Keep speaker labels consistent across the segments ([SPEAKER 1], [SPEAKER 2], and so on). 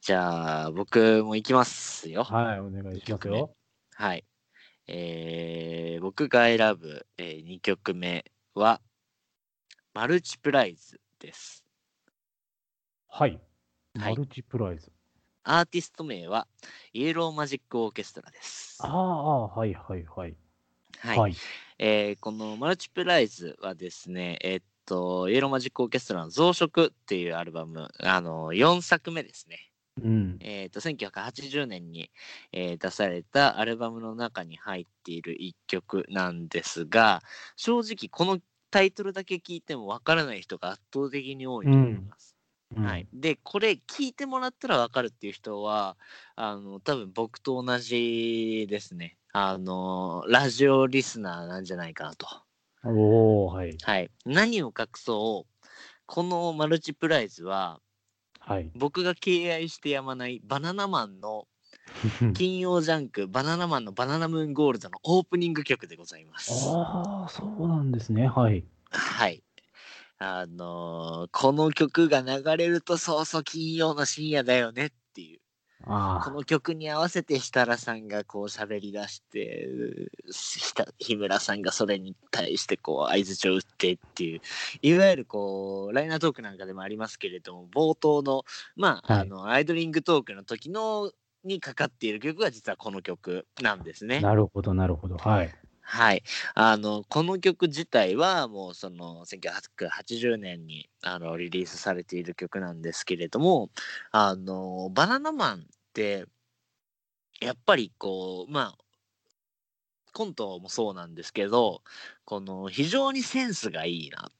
[SPEAKER 1] じゃあ、僕も行きますよ。
[SPEAKER 2] はい、お願いしますよ。
[SPEAKER 1] はい。えー、僕が選ぶ、えー、2曲目は、マルチプライズです。
[SPEAKER 2] はい。
[SPEAKER 1] は
[SPEAKER 2] マ
[SPEAKER 1] い
[SPEAKER 2] ルチプライズ。
[SPEAKER 1] アーティスト名は、イエローマジックオーケストラです。
[SPEAKER 2] ああ、はいはいはい。
[SPEAKER 1] はい。
[SPEAKER 2] はい。
[SPEAKER 1] えーこのマルチプライズはですね、えーっと、イエローマジックオーケストラの増殖っていうアルバム、あの、4作目ですね。
[SPEAKER 2] うん。
[SPEAKER 1] えー、と1980年に、えー出されたアルバムの中に入っている一曲なんですが正直このタイトルだけ聞いてもわからない人が圧倒的に多いと思います。
[SPEAKER 2] うん
[SPEAKER 1] はい、。でこれ聞いてもらったらわかるっていう人はあの多分僕と同じですねあのラジオリスナーなんじゃないかなと。
[SPEAKER 2] おおはい。
[SPEAKER 1] はい、何を隠そうこのマルチプライズは
[SPEAKER 2] はい。
[SPEAKER 1] 僕が敬愛してやまないバナナマンの金曜ジャンクバナナマンのバナナムーンゴールドのオープニング曲でございます。
[SPEAKER 2] ああ、そうなんですね。はい。
[SPEAKER 1] はい。あのーこの曲が流れるとそうそう金曜の深夜だよねっていう。
[SPEAKER 2] あ
[SPEAKER 1] この曲に合わせて設楽さんがこう喋り出して、ひた日村さんがそれに対してこう相槌を打ってっていう、いわゆるこう、ライナートークなんかでもありますけれども、冒頭の、まあ、
[SPEAKER 2] はい
[SPEAKER 1] あの、アイドリングトークの時の、にかかっている曲が実はこの曲なんです
[SPEAKER 2] あ、
[SPEAKER 1] ね。
[SPEAKER 2] なるほど、なるほど。はい。
[SPEAKER 1] はい、あのこの曲自体はもうその1980年にあのリリースされている曲なんですけれどもあのバナナマンってやっぱりこうまあコントもそうなんですけどこの非常にセンスがいいなと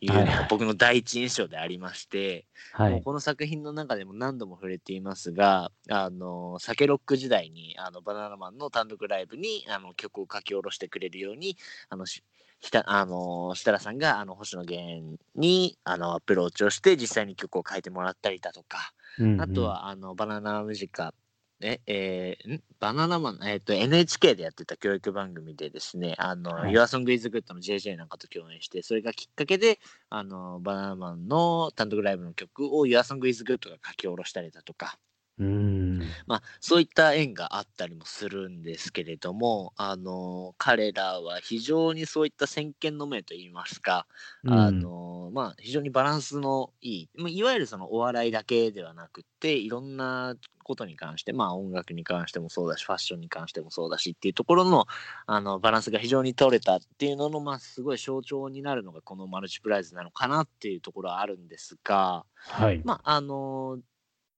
[SPEAKER 1] いうの
[SPEAKER 2] はいは
[SPEAKER 1] が
[SPEAKER 2] い
[SPEAKER 1] 僕の第一印象でありまして。
[SPEAKER 2] は
[SPEAKER 1] もう
[SPEAKER 2] い。
[SPEAKER 1] この作品の中でも何度も触れていますが、あの、サケロック時代に、あの、バナナマンの単独ライブに、あの、曲を書き下ろしてくれるように、あの、しひた、あの、設楽さんが、あの、星野源に、あの、アプローチをして、実際に曲を書いてもらったりだとか、
[SPEAKER 2] うんうん
[SPEAKER 1] あと、は、あの、バナナムジカ、え、えーんバナナマン、えっ、と、NHK でやってた教育番組でですね、あの、
[SPEAKER 2] はい
[SPEAKER 1] YourSongIsGood の JJ なんかと共演して、それがきっかけで、あの、バナナマンの単独ライブの曲を YourSongIsGood が書き下ろしたりだとか、
[SPEAKER 2] うん。
[SPEAKER 1] まあ、そういった縁があったりもするんですけれども、あの、彼らは非常にそういった先見の明といいますか、あのまあ非常にバランスのいいまあいわゆるそのお笑いだけではなくていろんなことに関してまあ音楽に関してもそうだしファッションに関してもそうだしっていうところのあのバランスが非常に取れたっていうののまあすごい象徴になるのがこのマルチプライズなのかなっていうところはあるんですが、
[SPEAKER 2] はい。
[SPEAKER 1] まああの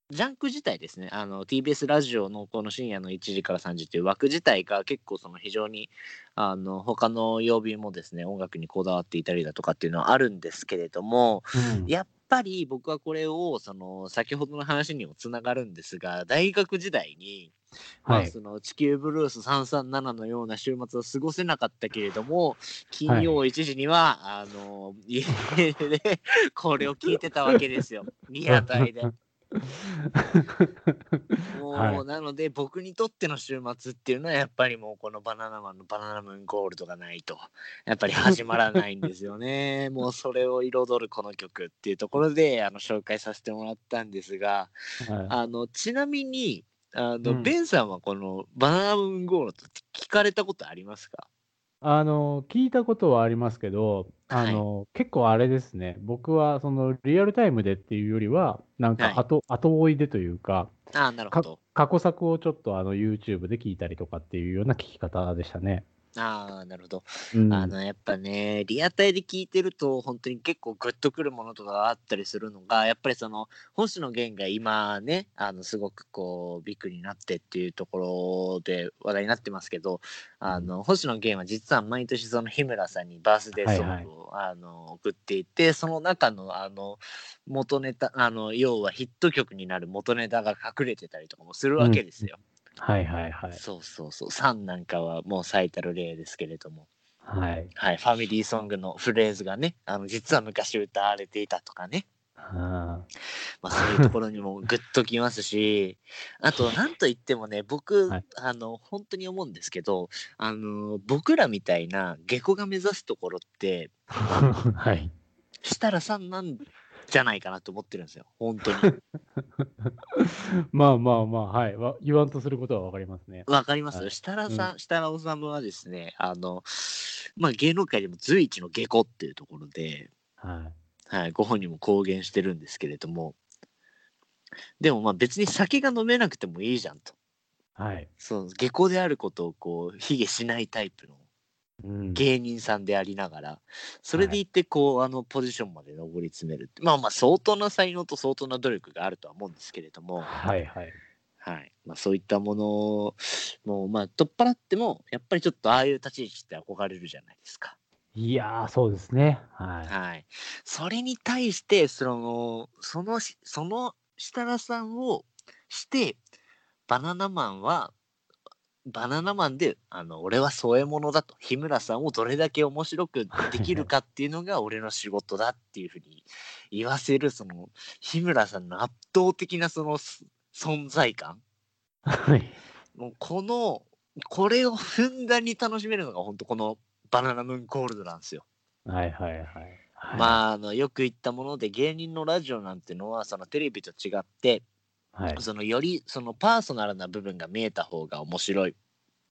[SPEAKER 1] ジャンク自体ですねあの TBS ラジオのこの深夜の1時から3時という枠自体が結構その非常にあの他の曜日もですね音楽にこだわっていたりだとかっていうのはあるんですけれども
[SPEAKER 2] うん
[SPEAKER 1] やっぱり僕はこれをその先ほどの話にもつながるんですが大学時代に、ま
[SPEAKER 2] は
[SPEAKER 1] あ、
[SPEAKER 2] い。
[SPEAKER 1] その地球ブルース337のような週末を過ごせなかったけれども金曜1時には、あ の家でこれを聞いてたわけですよリアタイで。もう、
[SPEAKER 2] はい
[SPEAKER 1] なので僕にとっての週末っていうのはやっぱりもうこのバナナマンのバナナムーンゴールドがないとやっぱり始まらないんですよ ねもうそれを彩るこの曲っていうところであの紹介させてもらったんですが
[SPEAKER 2] はい
[SPEAKER 1] あのちなみにあの、
[SPEAKER 2] うん
[SPEAKER 1] ベンさんはこのバナナムーンゴールドって聞かれたことありますか
[SPEAKER 2] あの、聞いたことはありますけど、あの、結構あれですね。僕は、その、リアルタイムでっていうよりは、なん
[SPEAKER 1] はい
[SPEAKER 2] か、後、後追いでというか、
[SPEAKER 1] ああなるほど
[SPEAKER 2] 過去作をちょっと、あの、YouTube で聞いたりとかっていうような聞き方でしたね。
[SPEAKER 1] ああなるほど
[SPEAKER 2] うん。
[SPEAKER 1] あのやっぱねリアタイで聞いてると本当に結構グッとくるものとかがあったりするのがやっぱりその星野源が今ねあのすごくこうビッグになってっていうところで話題になってますけどあの星野源は実は毎年その日村さんにバースデーソングを、あの送っていてその中のあの元ネタあの要はヒット曲になる元ネタが隠れてたりとかもするわけですよ。
[SPEAKER 2] はいはいはい。
[SPEAKER 1] そうそうそう「サン」なんかはもう最たる例ですけれども。
[SPEAKER 2] はい。
[SPEAKER 1] はい、ファミリーソングのフレーズがね、あの実は昔歌われていたとかね、
[SPEAKER 2] あ
[SPEAKER 1] まあ、そういうところに もグッときますし、あと、なんといってもね、僕、
[SPEAKER 2] はい
[SPEAKER 1] あの、本当に思うんですけど、あの、僕らみたいな下戸が目指すところって、
[SPEAKER 2] ー はい。
[SPEAKER 1] 設楽さんなんじゃないかなと思ってるんですよ、本 当に。
[SPEAKER 2] まあまあまあ、はい。わ言わんとすることはわかりますね。
[SPEAKER 1] わかります、
[SPEAKER 2] はい
[SPEAKER 1] 設楽さん、設楽治はですね、あの、まあ、芸能界でも随一の下戸っていうところで、
[SPEAKER 2] はい。
[SPEAKER 1] はい、ご本人も公言してるんですけれども、でもまあ別に酒が飲めなくてもいいじゃんと。
[SPEAKER 2] はい。
[SPEAKER 1] その下戸であることをこう卑下しないタイプの
[SPEAKER 2] うん
[SPEAKER 1] 芸人さんでありながらそれでいってこう、あのポジションまで上り詰めるってまあまあ相当な才能と相当な努力があるとは思うんですけれども、
[SPEAKER 2] はいはい。
[SPEAKER 1] はいまあ、そういったものをもうまあ取っ払ってもやっぱりちょっとああいう立ち位置って憧れるじゃないですか。
[SPEAKER 2] いやー、そうですね。は
[SPEAKER 1] はい、それに対してそのそのしその設楽さんをしてバナナマンはバナナマンであの俺は添え物だと日村さんをどれだけ面白くできるかっていうのが俺の仕事だっていうふうに言わせるその日村さんの圧倒的なそのす存在感
[SPEAKER 2] い。はい。
[SPEAKER 1] もうこのこれをふんだんに楽しめるのが本当このバナナムーンゴールドなんですよ。
[SPEAKER 2] はいはいはい。はい
[SPEAKER 1] まあ、あのよく言ったもので芸人のラジオなんてのはそのテレビと違って、
[SPEAKER 2] はい。
[SPEAKER 1] そのよりそのパーソナルな部分が見えた方が面白いっ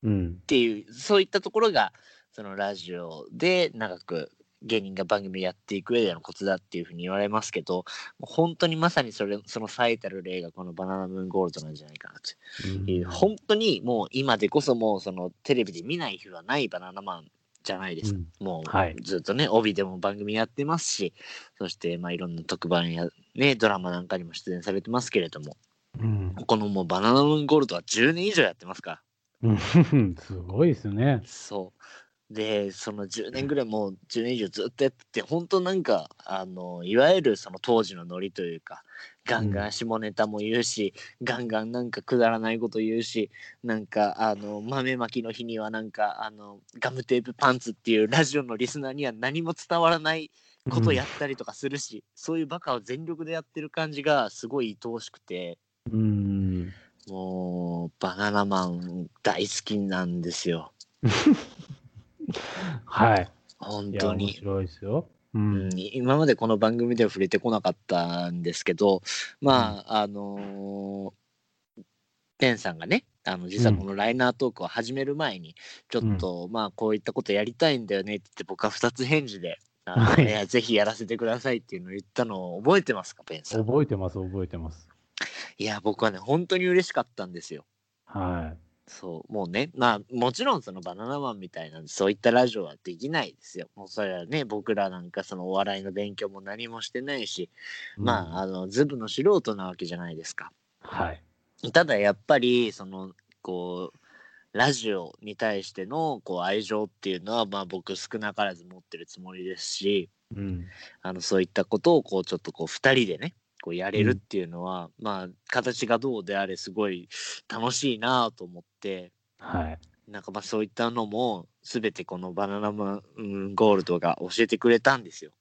[SPEAKER 2] うん。
[SPEAKER 1] ていうそういったところがそのラジオで長く芸人が番組やっていく上でのコツだっていうふうに言われますけどもう本当にまさにそれその最たる例がこの「バナナムーンゴールド」なんじゃないかなという、本当にもう今でこそもうそのテレビで見ない日はないバナナマンじゃないですか
[SPEAKER 2] うん
[SPEAKER 1] もう、
[SPEAKER 2] はい
[SPEAKER 1] ずっとね、帯でも番組やってますし、そして、まあ、いろんな特番や、ね、ドラマなんかにも出演されてますけれども、
[SPEAKER 2] うん。
[SPEAKER 1] このもうバナナムーンゴールドは10年以上やってますから。
[SPEAKER 2] うん。 すごいですね。
[SPEAKER 1] そう。で、その10年ぐらいもう10年以上ずっとやってて、本当なんか、あの、いわゆるその当時のノリというか、ガンガン下ネタも言うし、ガンガンなんかくだらないこと言うし、なんか、あの、豆まきの日にはなんか、あの、ガムテープパンツっていうラジオのリスナーには何も伝わらないことやったりとかするし、そういうバカを全力でやってる感じがすごい愛おしくて、
[SPEAKER 2] うん。
[SPEAKER 1] もう、バナナマン大好きなんですよ。
[SPEAKER 2] はい。
[SPEAKER 1] 本
[SPEAKER 2] いや、
[SPEAKER 1] 当
[SPEAKER 2] 面
[SPEAKER 1] に。
[SPEAKER 2] 白いですよ。う
[SPEAKER 1] うんん。今までこの番組では触れてこなかったんですけどまあ、あのーテンさんがねあの実はこのライナートークを始める前に、ちょっと、まあこういったことやりたいんだよねって言って僕は2つ返事で。あの
[SPEAKER 2] はい
[SPEAKER 1] いやぜひやらせてくださいっていうのを言ったのを覚えてますか、ペンさん。
[SPEAKER 2] 覚えてます、覚えてます。
[SPEAKER 1] いや、僕はね、本当に嬉しかったんですよ。
[SPEAKER 2] は
[SPEAKER 1] そう、もうね、まあ、もちろんそのバナナマンみたいな、そういったラジオはできないですよ。もうそれはね、僕らなんかそのお笑いの勉強も何もしてないし、
[SPEAKER 2] い。
[SPEAKER 1] まあ、
[SPEAKER 2] あ、
[SPEAKER 1] あの、ズブの素人なわけじゃないですか。
[SPEAKER 2] はい。
[SPEAKER 1] ただやっぱり、その、こう、ラジオに対してのこう愛情っていうのは、まあ僕少なからず持ってるつもりですし、
[SPEAKER 2] うん。
[SPEAKER 1] あの、そういったことをこう、ちょっとこう、二人でね、こうやれるっていうのは、まあ、形がどうであれすごい楽しいなと思って、
[SPEAKER 2] はい。
[SPEAKER 1] なんかまあそういったのも、すべてこのバナナマンうんゴールドが教えてくれたんですよ。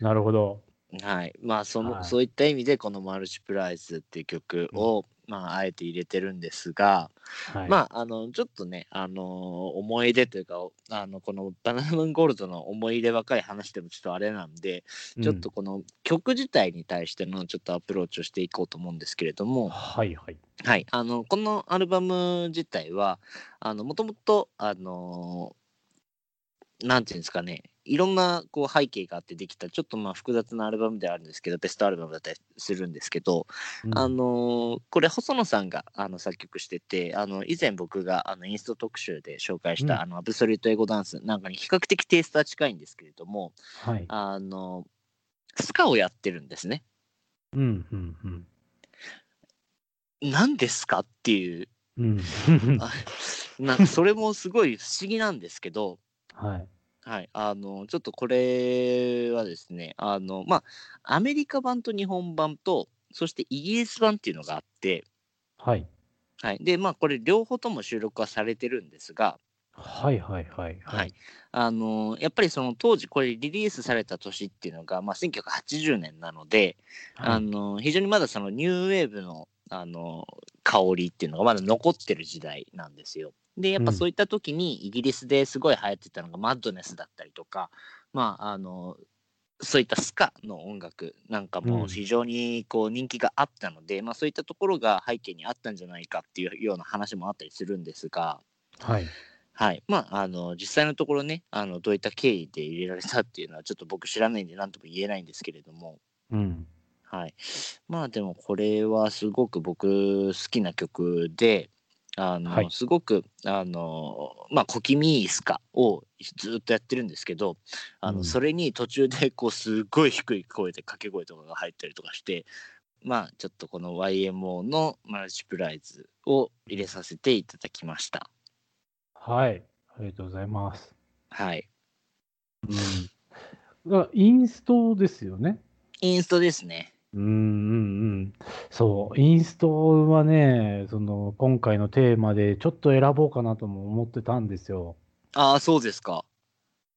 [SPEAKER 2] なるほど。
[SPEAKER 1] はい、まあその、
[SPEAKER 2] はい
[SPEAKER 1] そういった意味でこの「マルチプライズ」っていう曲を、まあ、あえて入れてるんですが、
[SPEAKER 2] はい。
[SPEAKER 1] まああのちょっとね、あのー思い出というかあのこの「バナナムーンゴールド」の思い出ばかり話してもちょっとあれなんで、
[SPEAKER 2] うん
[SPEAKER 1] ちょっとこの曲自体に対してのちょっとアプローチをしていこうと思うんですけれども、
[SPEAKER 2] はいはい。
[SPEAKER 1] はい、あのこのアルバム自体はあのもともとあのなんていうんですかねいろんなこう背景があってできたちょっとまあ複雑なアルバムではあるんですけどベストアルバムだったりするんですけど、
[SPEAKER 2] うん
[SPEAKER 1] あのこれ細野さんがあの作曲しててあの以前僕があのインスト特集で紹介した「
[SPEAKER 2] うん
[SPEAKER 1] あのアブソリュート英語ダンス」なんかに比較的テイストは近いんですけれども
[SPEAKER 2] はい。
[SPEAKER 1] あのスカをやってるんですね。
[SPEAKER 2] うんうんうん。
[SPEAKER 1] 何ですかっていう
[SPEAKER 2] うん。
[SPEAKER 1] あ なんかそれもすごい不思議なんですけど、
[SPEAKER 2] はい。
[SPEAKER 1] はい、あのちょっとこれはですねあの、まあ、アメリカ版と日本版とそしてイギリス版っていうのがあって、
[SPEAKER 2] はい。
[SPEAKER 1] はいでまあ、これ両方とも収録はされてるんですが、
[SPEAKER 2] はいはいはい。
[SPEAKER 1] はい。あのやっぱりその当時これリリースされた年っていうのが、まあ、1980年なので、あ
[SPEAKER 2] はい。
[SPEAKER 1] の非常にまだそのニューウェーブのあの香りっていうのがまだ残ってる時代なんですよ。でやっぱ
[SPEAKER 2] うん
[SPEAKER 1] そういった時にイギリスですごい流行ってたのがマッドネスだったりとか、まああのそういったスカの音楽なんか
[SPEAKER 2] う
[SPEAKER 1] も
[SPEAKER 2] ん
[SPEAKER 1] 非常にこう人気があったので、まあ、そういったところが背景にあったんじゃないかっていうような話もあったりするんですが、
[SPEAKER 2] はい。
[SPEAKER 1] はいまあ、あの実際のところねあのどういった経緯で入れられたっていうのはちょっと僕知らないんで何とも言えないんですけれども、
[SPEAKER 2] うん。
[SPEAKER 1] はい、まあでもこれはすごく僕好きな曲であの、
[SPEAKER 2] はい
[SPEAKER 1] すごくあのまあ「小気味いいスカ」をずっとやってるんですけどあの、
[SPEAKER 2] うん
[SPEAKER 1] それに途中でこうすごい低い声で掛け声とかが入ったりとかしてまあちょっとこの YMO のマルチプライズを入れさせていただきました。
[SPEAKER 2] はい。ありがとうございます。
[SPEAKER 1] はい、
[SPEAKER 2] うん。がインストですよね。
[SPEAKER 1] インストですね。
[SPEAKER 2] うんうんうん。そう。インストはね、その、今回のテーマでちょっと選ぼうかなとも思ってたんですよ。
[SPEAKER 1] ああそうですか。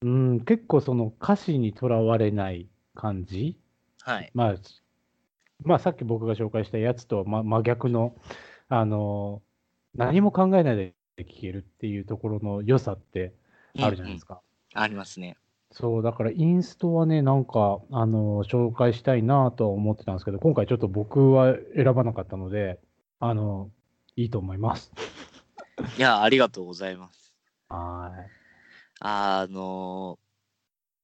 [SPEAKER 2] うん。結構その歌詞にとらわれない感じ。
[SPEAKER 1] はい。
[SPEAKER 2] まあ、まあ、さっき僕が紹介したやつとは、ま、真逆の、あの、何も考えないで聴けるっていうところの良さってあるじゃないです
[SPEAKER 1] か。
[SPEAKER 2] か。
[SPEAKER 1] ありますね。
[SPEAKER 2] そう、だからインストはね、なんか、あの、紹介したいなとは思ってたんですけど、今回ちょっと僕は選ばなかったので、あの、いいと思います。
[SPEAKER 1] いやありがとうございます。
[SPEAKER 2] は
[SPEAKER 1] あの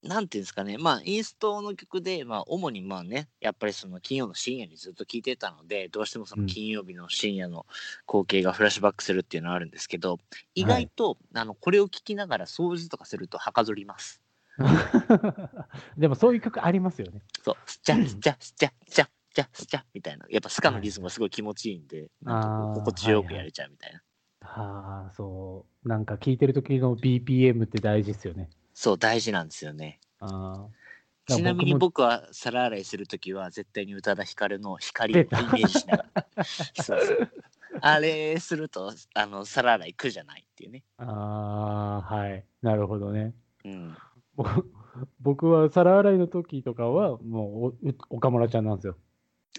[SPEAKER 1] なんていうんですかね、まあ、インストの曲で、まあ、主にまあね、やっぱりその金曜の深夜にずっと聴いてたので、どうしてもその
[SPEAKER 2] うん
[SPEAKER 1] 金曜日の深夜の光景がフラッシュバックするっていうのはあるんですけど、意外と、あのこれを聴きながら掃除とかするとはかどります。
[SPEAKER 2] い。でもそういう曲ありますよね。
[SPEAKER 1] そう、スチャスチャスチャスチャスチャスチャみたいな、やっぱスカのリズムがすごい気持ちいいんで、なんかこ
[SPEAKER 2] あー
[SPEAKER 1] う心地よくやれちゃうみたいな。
[SPEAKER 2] はあ、そう。なんか聴いてる時の BPM って大事ですよね。
[SPEAKER 1] そう、大事なんですよね。
[SPEAKER 2] あー
[SPEAKER 1] ちなみに
[SPEAKER 2] だから
[SPEAKER 1] 僕は皿洗いするときは絶対に宇多田ヒカルの光をイメージしながら。そうそうあれするとあの皿洗い苦じゃないっていうね。
[SPEAKER 2] もああ、はい。なるほどね。
[SPEAKER 1] うん、
[SPEAKER 2] ぼ僕は皿洗いの時とかは、もうお、岡村ちゃんなんですよ。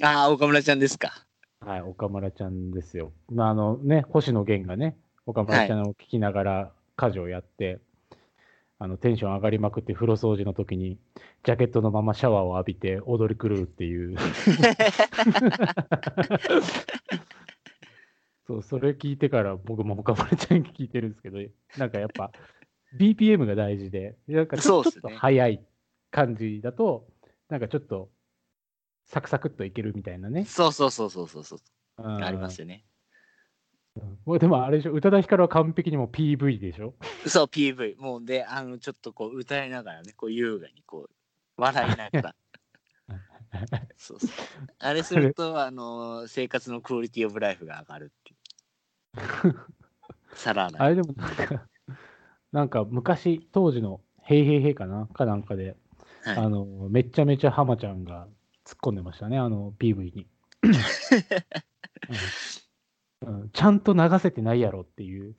[SPEAKER 1] ああ、岡村ちゃんですか。
[SPEAKER 2] はい、岡村ちゃんですよ。まあ、あのね、星野源がね、岡村ちゃんを聞きながら家事をやって、あのテンション上がりまくって風呂掃除の時に、ジャケットのままシャワーを浴びて踊り狂うっ ていう。そう、それ聞いてから僕も岡村ちゃん聞いてるんですけど、なんかやっぱ BPM が大事で、なんかちょ,、
[SPEAKER 1] そうっ
[SPEAKER 2] ち
[SPEAKER 1] す
[SPEAKER 2] ょっ
[SPEAKER 1] ね
[SPEAKER 2] と早い感じだと、なんかちょっとサクサクっといけるみたいなね。
[SPEAKER 1] そうそうそうそうそうそう。
[SPEAKER 2] あ
[SPEAKER 1] ありますよね。
[SPEAKER 2] もうでもあれでしょ、宇多田ヒカルは完璧にもう PV でしょ
[SPEAKER 1] そう、PV。もうで、あのちょっとこう歌いながらね、こう優雅にこう笑いなが ら。そうそうあれすると、あの生活のクオリティオブライフが上がるって いう。皿洗い
[SPEAKER 2] あ。れでもなんか、なんか昔、当時のヘイヘイヘイかなかなんかで、
[SPEAKER 1] はい
[SPEAKER 2] あの、めちゃめちゃハマちゃんが突っ込んでましたね、あの PV に。うんうんちゃんと流せてないやろって いう。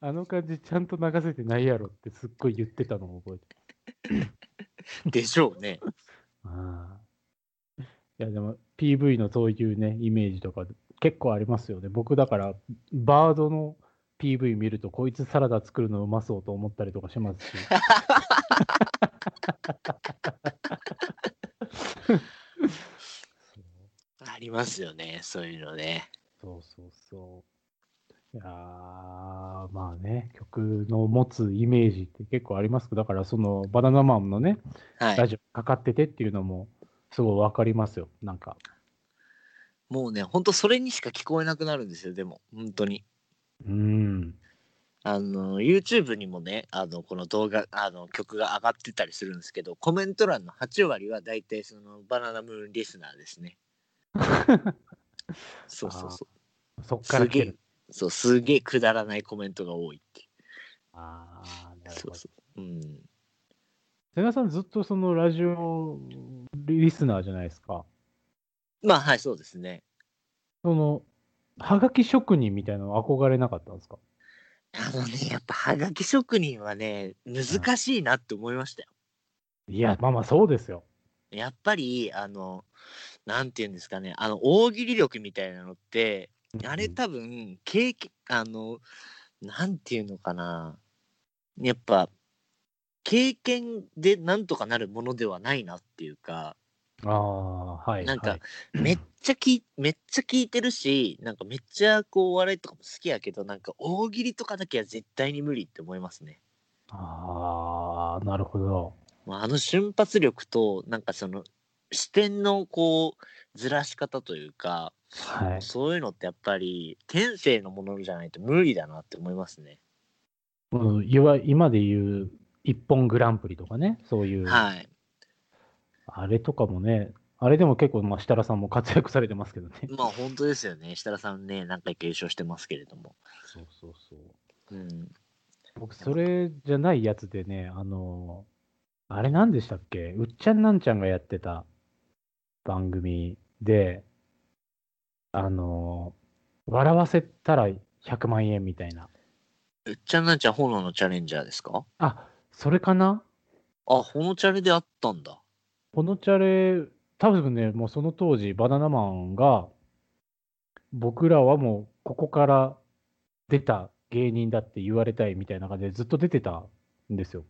[SPEAKER 2] あの感じ、ちゃんと流せてないやろってすっごい言ってたのを覚えて
[SPEAKER 1] でしょうね。
[SPEAKER 2] ああいやでも PV のそういうねイメージとか結構ありますよね僕だからバードの PV 見るとこいつサラダ作るのうまそうと思ったりとかしますし
[SPEAKER 1] ありますよね、そういうのね。
[SPEAKER 2] そうそうそういやーまあね曲の持つイメージって結構ありますけどだからそのバナナマンのね
[SPEAKER 1] は
[SPEAKER 2] ラ
[SPEAKER 1] い。
[SPEAKER 2] ジオかかっててっていうのもすごいわかりますよなんか
[SPEAKER 1] もうね、ほんとそれにしか聞こえなくなるんですよ、でも、本当に。
[SPEAKER 2] うん
[SPEAKER 1] あの、YouTube にもね、あの、この動画、あの、曲が上がってたりするんですけど、コメント欄の8割は大体その、バナナムーンリスナーです ね。そうそうそ
[SPEAKER 2] そっ
[SPEAKER 1] う。
[SPEAKER 2] から
[SPEAKER 1] す
[SPEAKER 2] 来て
[SPEAKER 1] げ
[SPEAKER 2] る
[SPEAKER 1] え、そう、すげえくだらないコメントが多いってい
[SPEAKER 2] ああ
[SPEAKER 1] う。
[SPEAKER 2] なるほ
[SPEAKER 1] そ
[SPEAKER 2] ど
[SPEAKER 1] うそう。うん。
[SPEAKER 2] 瀬川さんずっとそのラジオリスナーじゃないですか。
[SPEAKER 1] まあ、はい、そうですね。
[SPEAKER 2] その、はがき職人みたいなの憧れなかったんですか
[SPEAKER 1] あのね、やっぱ、はがき職人はね、難しいなって思いましたよ
[SPEAKER 2] いや、まあまあそうですよ。
[SPEAKER 1] やっぱりあのなんていうんですかねあの大喜利力みたいなのってあれ多分経験あのなんていうのかなやっぱ経験でなんとかなるものではないなっていうか、
[SPEAKER 2] ああ、はい。
[SPEAKER 1] なん
[SPEAKER 2] は
[SPEAKER 1] か
[SPEAKER 2] い、
[SPEAKER 1] めっちゃき、めっちゃ聞いてるし、なんかめっちゃこうお笑いとかも好きやけど、なんか大喜利とかだけは絶対に無理って思いますね。
[SPEAKER 2] ああ、なるほど。
[SPEAKER 1] まあ、あの瞬発力と、なんかその視点のこう、ずらし方というか、
[SPEAKER 2] はい。
[SPEAKER 1] そういうのってやっぱり天性のものじゃないと無理だなって思いますね。
[SPEAKER 2] うん、いわ今で言う、一本グランプリとかね、そういう、
[SPEAKER 1] はい。
[SPEAKER 2] あれとかもね、あれでも結構、まあ、設楽さんも活躍されてますけどね。
[SPEAKER 1] まあ本当ですよね。設楽さんね、何回か優勝してますけれども。
[SPEAKER 2] そうそうそう。
[SPEAKER 1] うん。
[SPEAKER 2] 僕、それじゃないやつでね、あの、あれなんでしたっけうっちゃんなんちゃんがやってた番組で、あの、笑わせたら100万円みたいな。
[SPEAKER 1] うっちゃんなんちゃん、炎のチャレンジャーですか
[SPEAKER 2] あ、それかな
[SPEAKER 1] あ、炎チャレであったんだ。
[SPEAKER 2] このチャレ、多分ね、もうその当時、バナナマンが、僕らはもうここから出た芸人だって言われたいみたいな感じでずっと出てたんですよ。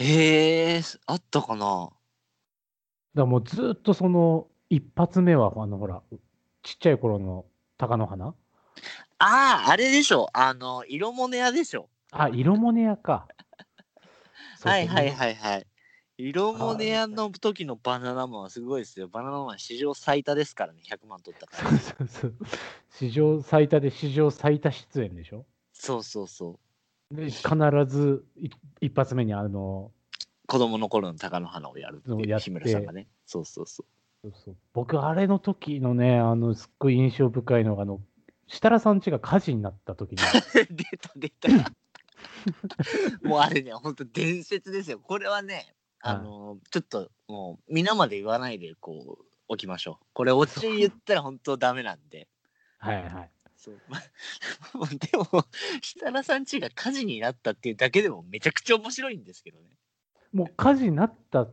[SPEAKER 1] へえ、あったかな
[SPEAKER 2] だからもうずっとその一発目は、あのほら、ちっちゃい頃の鷹の花
[SPEAKER 1] ああ、あれでしょ。あの、色物屋でしょ。
[SPEAKER 2] あ、色モネアか。そうそ う
[SPEAKER 1] はいはいはいはい。色物屋の時のバナナマンはすごいですよ。バナナマン史上最多ですからね、100万取ったから。
[SPEAKER 2] そうそう史上最多で史上最多出演でしょ
[SPEAKER 1] そうそうそう。
[SPEAKER 2] で必ずい一発目にあの
[SPEAKER 1] 子供の頃の鷹の花をやるって
[SPEAKER 2] そう
[SPEAKER 1] い
[SPEAKER 2] や
[SPEAKER 1] う
[SPEAKER 2] っ
[SPEAKER 1] 日
[SPEAKER 2] て
[SPEAKER 1] 村さんがね。そうそうそう。
[SPEAKER 2] そうそう僕、あれの時のね、あの、すっごい印象深いのが、あの、設楽さん家が火事になっ た時に、
[SPEAKER 1] 出た出た。 もうあれね、本当伝説ですよ。これはね、あのちょっともう皆まで言わないでこう置きましょう。これ落ち言ったら本当ダメなんで。
[SPEAKER 2] はいはい。
[SPEAKER 1] そうま でも設楽さん家が火事になったっていうだけでもめちゃくちゃ面白いんですけどね。
[SPEAKER 2] もう火事になった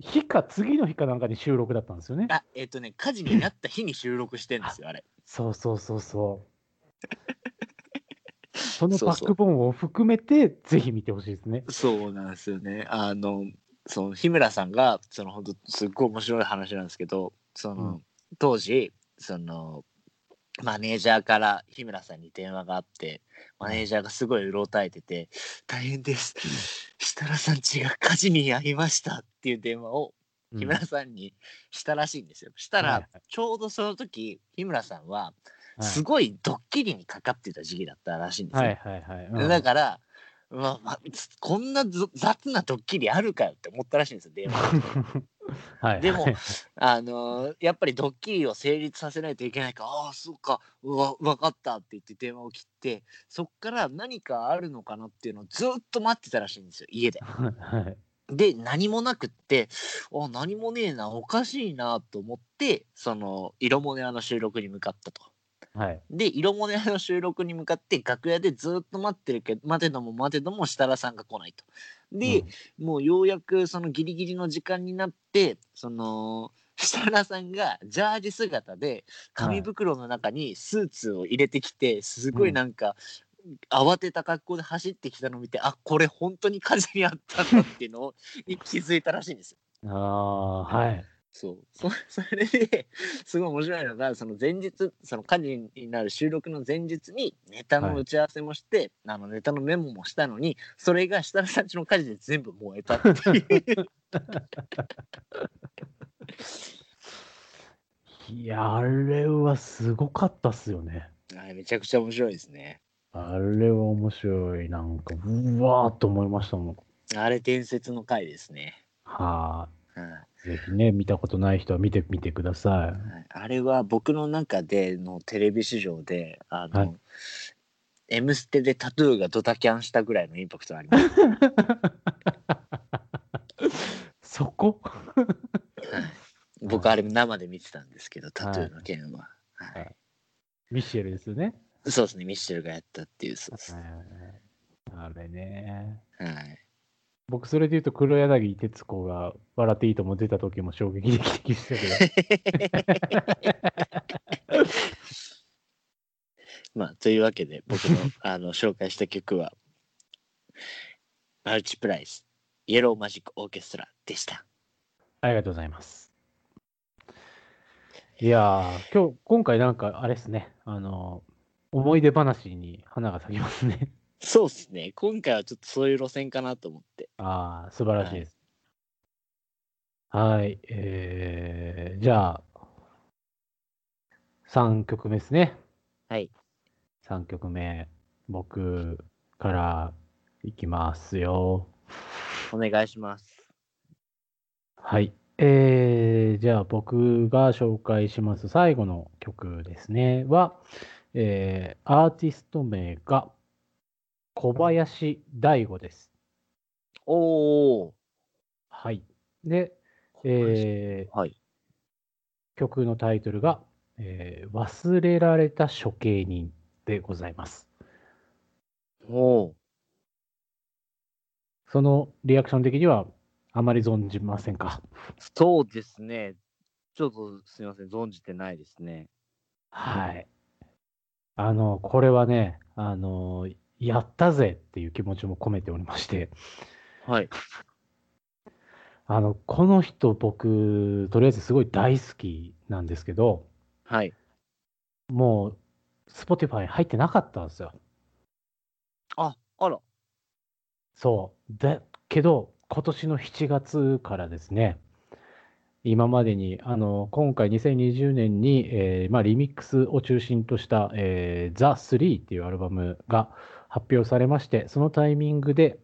[SPEAKER 2] 日か次の日かなんかに収録だったんですよね。
[SPEAKER 1] あえっ、とね火事になった日に収録してんですよあれ。
[SPEAKER 2] そうそうそう そう。その
[SPEAKER 1] そう
[SPEAKER 2] バ
[SPEAKER 1] そ
[SPEAKER 2] ッ
[SPEAKER 1] う
[SPEAKER 2] クボーンを含めて、ぜひ見てほしいですね。
[SPEAKER 1] そうなんですよね。あの、その日村さんが、その本当すっごい面白い話なんですけど、その、
[SPEAKER 2] うん
[SPEAKER 1] 当時、その、マネージャーから日村さんに電話があって、マネージャーがすごいうろたえてて、大変です。設楽さんちが火事に遭いましたっていう電話を
[SPEAKER 2] うん
[SPEAKER 1] 日村さんにしたらしいんですよ。した
[SPEAKER 2] はいは
[SPEAKER 1] ら
[SPEAKER 2] い、
[SPEAKER 1] ちょうどその時、日村さんは、
[SPEAKER 2] はい
[SPEAKER 1] すごいドッキリにかかってた時期だったらしいんですよ。
[SPEAKER 2] はいはいはい。うん
[SPEAKER 1] だから、まあまあ、つこんなぞ雑なドッキリあるかよって思ったらしいんですよ、電話
[SPEAKER 2] はい
[SPEAKER 1] でもあのーやっぱりドッキリを成立させないといけないから、ああ、そうか、うわ、分かったって言って電話を切って、そっから何かあるのかなっていうのをずっと待ってたらしいんですよ、家で。
[SPEAKER 2] はい
[SPEAKER 1] で、何もなくって、あ何もねえな、おかしいなと思って、その、色物屋の収録に向かったと。
[SPEAKER 2] はい。
[SPEAKER 1] で、色物屋の収録に向かって、楽屋でずっと待ってるけど、待てども待てども、設楽さんが来ないと。で、もうようやくそのギリギリの時間になって、その、設楽さんがジャージ姿で、紙袋の中にスーツを入れてきて、すごいなんか、慌てた格好で走ってきたのを見て、あ、これ本当に火事にあったんだっていうのを気づいたらしいんですよ。
[SPEAKER 2] うん、ああー、はい。
[SPEAKER 1] そうそ それですごい面白いのがその前日その火事になる収録の前日にネタの打ち合わせもして、あのネタのメモもしたのにそれが設楽さんちの火事で全部燃えたっていう
[SPEAKER 2] いや、あれはすごかったっすよね。
[SPEAKER 1] あれめちゃくちゃ面白いですね
[SPEAKER 2] あれは面白い。なんか、うわーっと思いましたもん。
[SPEAKER 1] あれ伝説の回ですね、
[SPEAKER 2] は
[SPEAKER 1] うん
[SPEAKER 2] い。ぜひね、見たことない人は見てみてください。
[SPEAKER 1] あれは僕の中でのテレビ史上で「あの、
[SPEAKER 2] はい
[SPEAKER 1] M ステ」でタトゥーがドタキャンしたぐらいのインパクトがあり ます
[SPEAKER 2] そこ
[SPEAKER 1] 僕あれ生で見てたんですけどタトゥーの件は、はい
[SPEAKER 2] ミシェルですよね。
[SPEAKER 1] そうですね、ミッシェルがやったっていう、そうです。
[SPEAKER 2] あれね。
[SPEAKER 1] はい。
[SPEAKER 2] 僕、それで言うと、黒柳徹子が笑っていいとも出た時も衝撃的でしたけ
[SPEAKER 1] まあ、というわけで、僕のあの紹介した曲は、マルチプライズ、イエローマジックオーケストラでした。
[SPEAKER 2] ありがとうございます。いやー、今日、今回なんか、あれですね、あの、思い出話に花が咲きますね。
[SPEAKER 1] そうっすね。今回はちょっとそういう路線かなと思って。
[SPEAKER 2] ああ、素晴らしいです。はい、えー、じゃあ、3曲目ですね。
[SPEAKER 1] はい。
[SPEAKER 2] 3曲目、僕からいきますよ。
[SPEAKER 1] お願いします。
[SPEAKER 2] はい。えー、じゃあ僕が紹介します最後の曲ですね。は、えーアーティスト名が小林大吾です。
[SPEAKER 1] おお。
[SPEAKER 2] はい。で、え
[SPEAKER 1] はい。
[SPEAKER 2] ー曲のタイトルが、えー忘れられた処刑人でございます。
[SPEAKER 1] おお
[SPEAKER 2] そのリアクション的にはあまり存じませんか。
[SPEAKER 1] ー。そうですね。ちょっとすみません。存じてないですね。
[SPEAKER 2] はい。あの、これはね、あの、やったぜっていう気持ちも込めておりまして、
[SPEAKER 1] はい。
[SPEAKER 2] あの、この人僕、とりあえずすごい大好きなんですけど、
[SPEAKER 1] はい。
[SPEAKER 2] もう、Spotify 入ってなかったんですよ。
[SPEAKER 1] あ、あら。
[SPEAKER 2] そう。だけど、今年の7月からですね、今までに、あの、今回2020年に、えーまあ、リミックスを中心とした、えー、The3 っていうアルバムが発表されまして、そのタイミングで、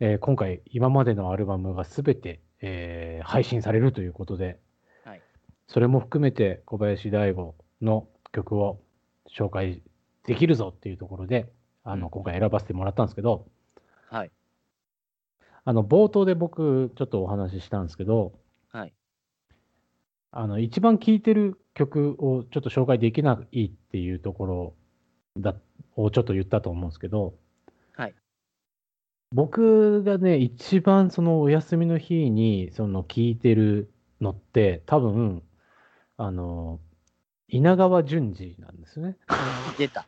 [SPEAKER 2] えー今回、今までのアルバムがすべて、えー配信されるということで、
[SPEAKER 1] はい
[SPEAKER 2] それも含めて小林大吾の曲を紹介できるぞっていうところで、あ
[SPEAKER 1] う
[SPEAKER 2] の
[SPEAKER 1] ん
[SPEAKER 2] 今回選ばせてもらったんですけど、
[SPEAKER 1] はい。
[SPEAKER 2] あの冒頭で僕ちょっとお話ししたんですけど、
[SPEAKER 1] はい。
[SPEAKER 2] あの一番聴いてる曲をちょっと紹介できないっていうところだをちょっと言ったと思うんですけど、
[SPEAKER 1] はい、
[SPEAKER 2] 僕がね一番そのお休みの日にその聴いてるのって多分あの稲川淳二なんですね。
[SPEAKER 1] 出た。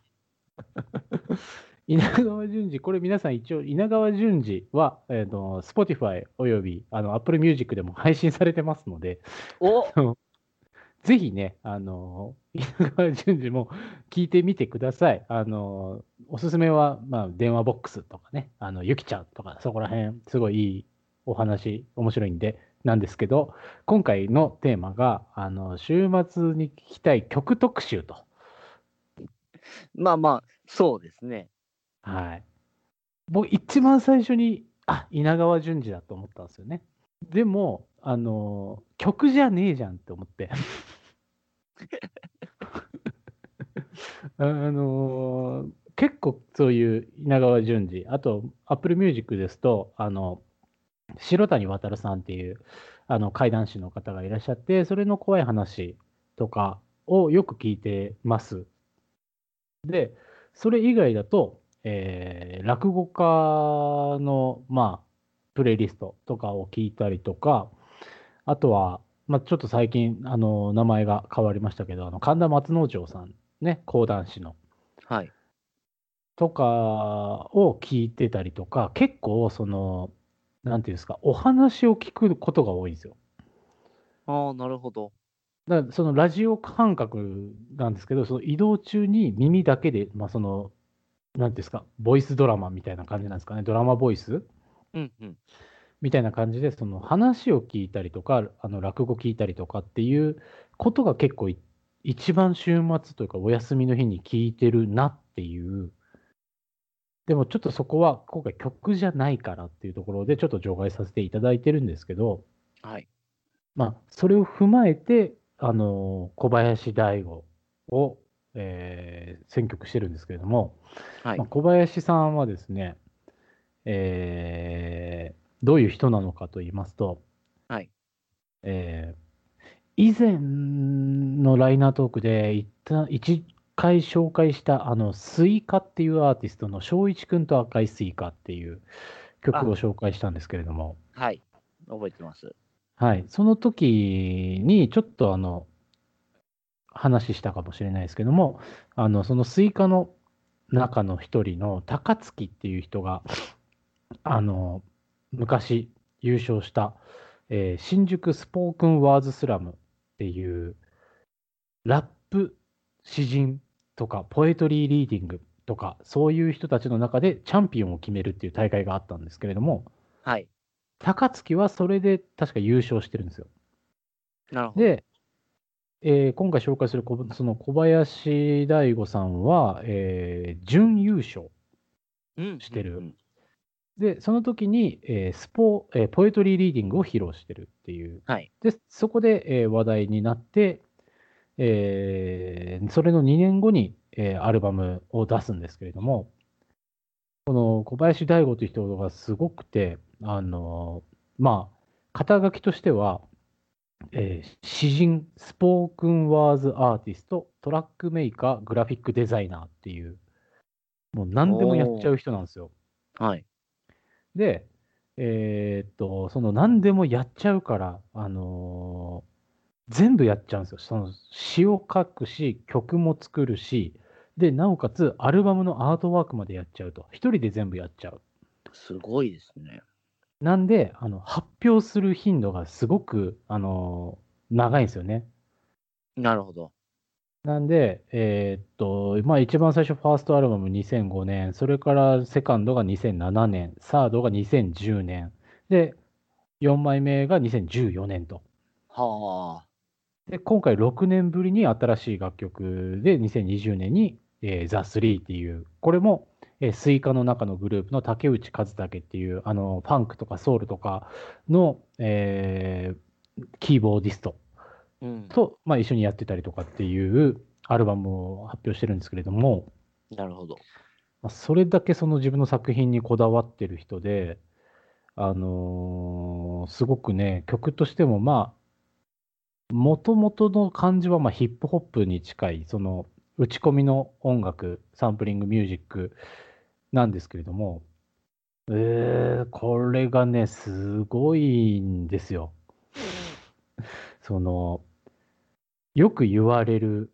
[SPEAKER 2] 稲川淳二、これ皆さん一応、稲川淳二は、えー、と Spotify およびあの Apple Music でも配信されてますので、
[SPEAKER 1] お
[SPEAKER 2] ぜひね、あの稲川淳二も聞いてみてください。あのおすすめは、まあ、電話ボックスとかね、あのゆきちゃんとか、そこら辺、すごいいいお話、面白いんで、なんですけど、今回のテーマが、あの週末に聞きたい曲特集と。
[SPEAKER 1] まあまあ、そうですね。
[SPEAKER 2] はい。僕、一番最初に、あ稲川淳二だと思ったんですよね。でも、あのー曲じゃねえじゃんって思って。 あのー結構そういう稲川淳二、あと、Apple Music ですと、あの、白谷渉さんっていう、あの、怪談師の方がいらっしゃって、それの怖い話とかをよく聞いてます。で、それ以外だと、えー落語家の、まあ、プレイリストとかを聞いたりとか、あとは、まあ、ちょっと最近、あの、名前が変わりましたけど、あの神田松之丞さん、ね、講談師の、
[SPEAKER 1] はい。
[SPEAKER 2] とかを聞いてたりとか、結構、その、なんていうんですか、お話を聞くことが多いんですよ。
[SPEAKER 1] ああ、なるほど。
[SPEAKER 2] だからそのラジオ感覚なんですけど、その移動中に耳だけで、まあ、その、なんていうんですか、ボイスドラマみたいな感じなんですかね、ドラマボイス
[SPEAKER 1] うんうん。
[SPEAKER 2] みたいな感じで、その話を聞いたりとか、あの落語聞いたりとかっていうことが結構い、一番週末というか、お休みの日に聞いてるなっていう、でもちょっとそこは今回、曲じゃないからっていうところで、ちょっと除外させていただいてるんですけど、
[SPEAKER 1] はい。
[SPEAKER 2] まあ、それを踏まえて、あの小林大吾を、えー選曲してるんですけれども、
[SPEAKER 1] はい
[SPEAKER 2] まあ、。小林さんはですね、えーどういう人なのかと言いますと、
[SPEAKER 1] はい
[SPEAKER 2] えー以前のライナートークで一旦一回紹介したあのスイカっていうアーティストの翔一君と赤いスイカっていう曲を紹介したんですけれども、
[SPEAKER 1] はい。覚えてます。
[SPEAKER 2] はい、その時にちょっとあの話したかもしれないですけどもあのそのスイカの中の一人の高槻っていう人があの昔優勝した、えー新宿スポークンワーズスラムっていうラップ詩人とかポエトリーリーディングとかそういう人たちの中でチャンピオンを決めるっていう大会があったんですけれども
[SPEAKER 1] はい。
[SPEAKER 2] 高槻はそれで確か優勝してるんですよ。
[SPEAKER 1] なるほど。
[SPEAKER 2] で、えー今回紹介するこその小林大吾さんは、えー準優勝
[SPEAKER 1] うん
[SPEAKER 2] してる
[SPEAKER 1] うん
[SPEAKER 2] で、その時に、えースポ、えーポエトリーリーディングを披露してるっていう。
[SPEAKER 1] はい
[SPEAKER 2] で、そこで、えー話題になって、えーそれの2年後に、えーアルバムを出すんですけれども、この小林大吾という人がすごくて、あのーまあ、肩書きとしては、えー詩人、スポークンワーズアーティスト、トラックメーカー、グラフィックデザイナーっていう、もう何でもやっちゃう人なんですよ。
[SPEAKER 1] はい。
[SPEAKER 2] で、えーっと、その何でもやっちゃうから、あのー全部やっちゃうんですよ。その詩を書くし、曲も作るし、で、なおかつアルバムのアートワークまでやっちゃうと。一人で全部やっちゃう。
[SPEAKER 1] すごいですね。
[SPEAKER 2] なんで、あの発表する頻度がすごく、あのー長いんですよね。
[SPEAKER 1] なるほど。
[SPEAKER 2] なんで、えーっと、まあ一番最初、ファーストアルバム2005年、それからセカンドが2007年、サードが2010年、で、4枚目が2014年と。
[SPEAKER 1] はあ。
[SPEAKER 2] で、今回6年ぶりに新しい楽曲で2020年に、えー、ザ・スリーっていう、これも、えースイカの中のグループの竹内和武っていう、あの、パンクとかソウルとかの、えーキーボーディスト
[SPEAKER 1] うん。
[SPEAKER 2] と、まあ、一緒にやってたりとかっていうアルバムを発表してるんですけれども、
[SPEAKER 1] なるほど。
[SPEAKER 2] まあ、それだけその自分の作品にこだわってる人で、あのーすごくね、曲としてもまあ、もともとの感じはまあヒップホップに近い、その打ち込みの音楽、サンプリングミュージックなんですけれども、えー、これがね、すごいんですよ。その、よく言われる、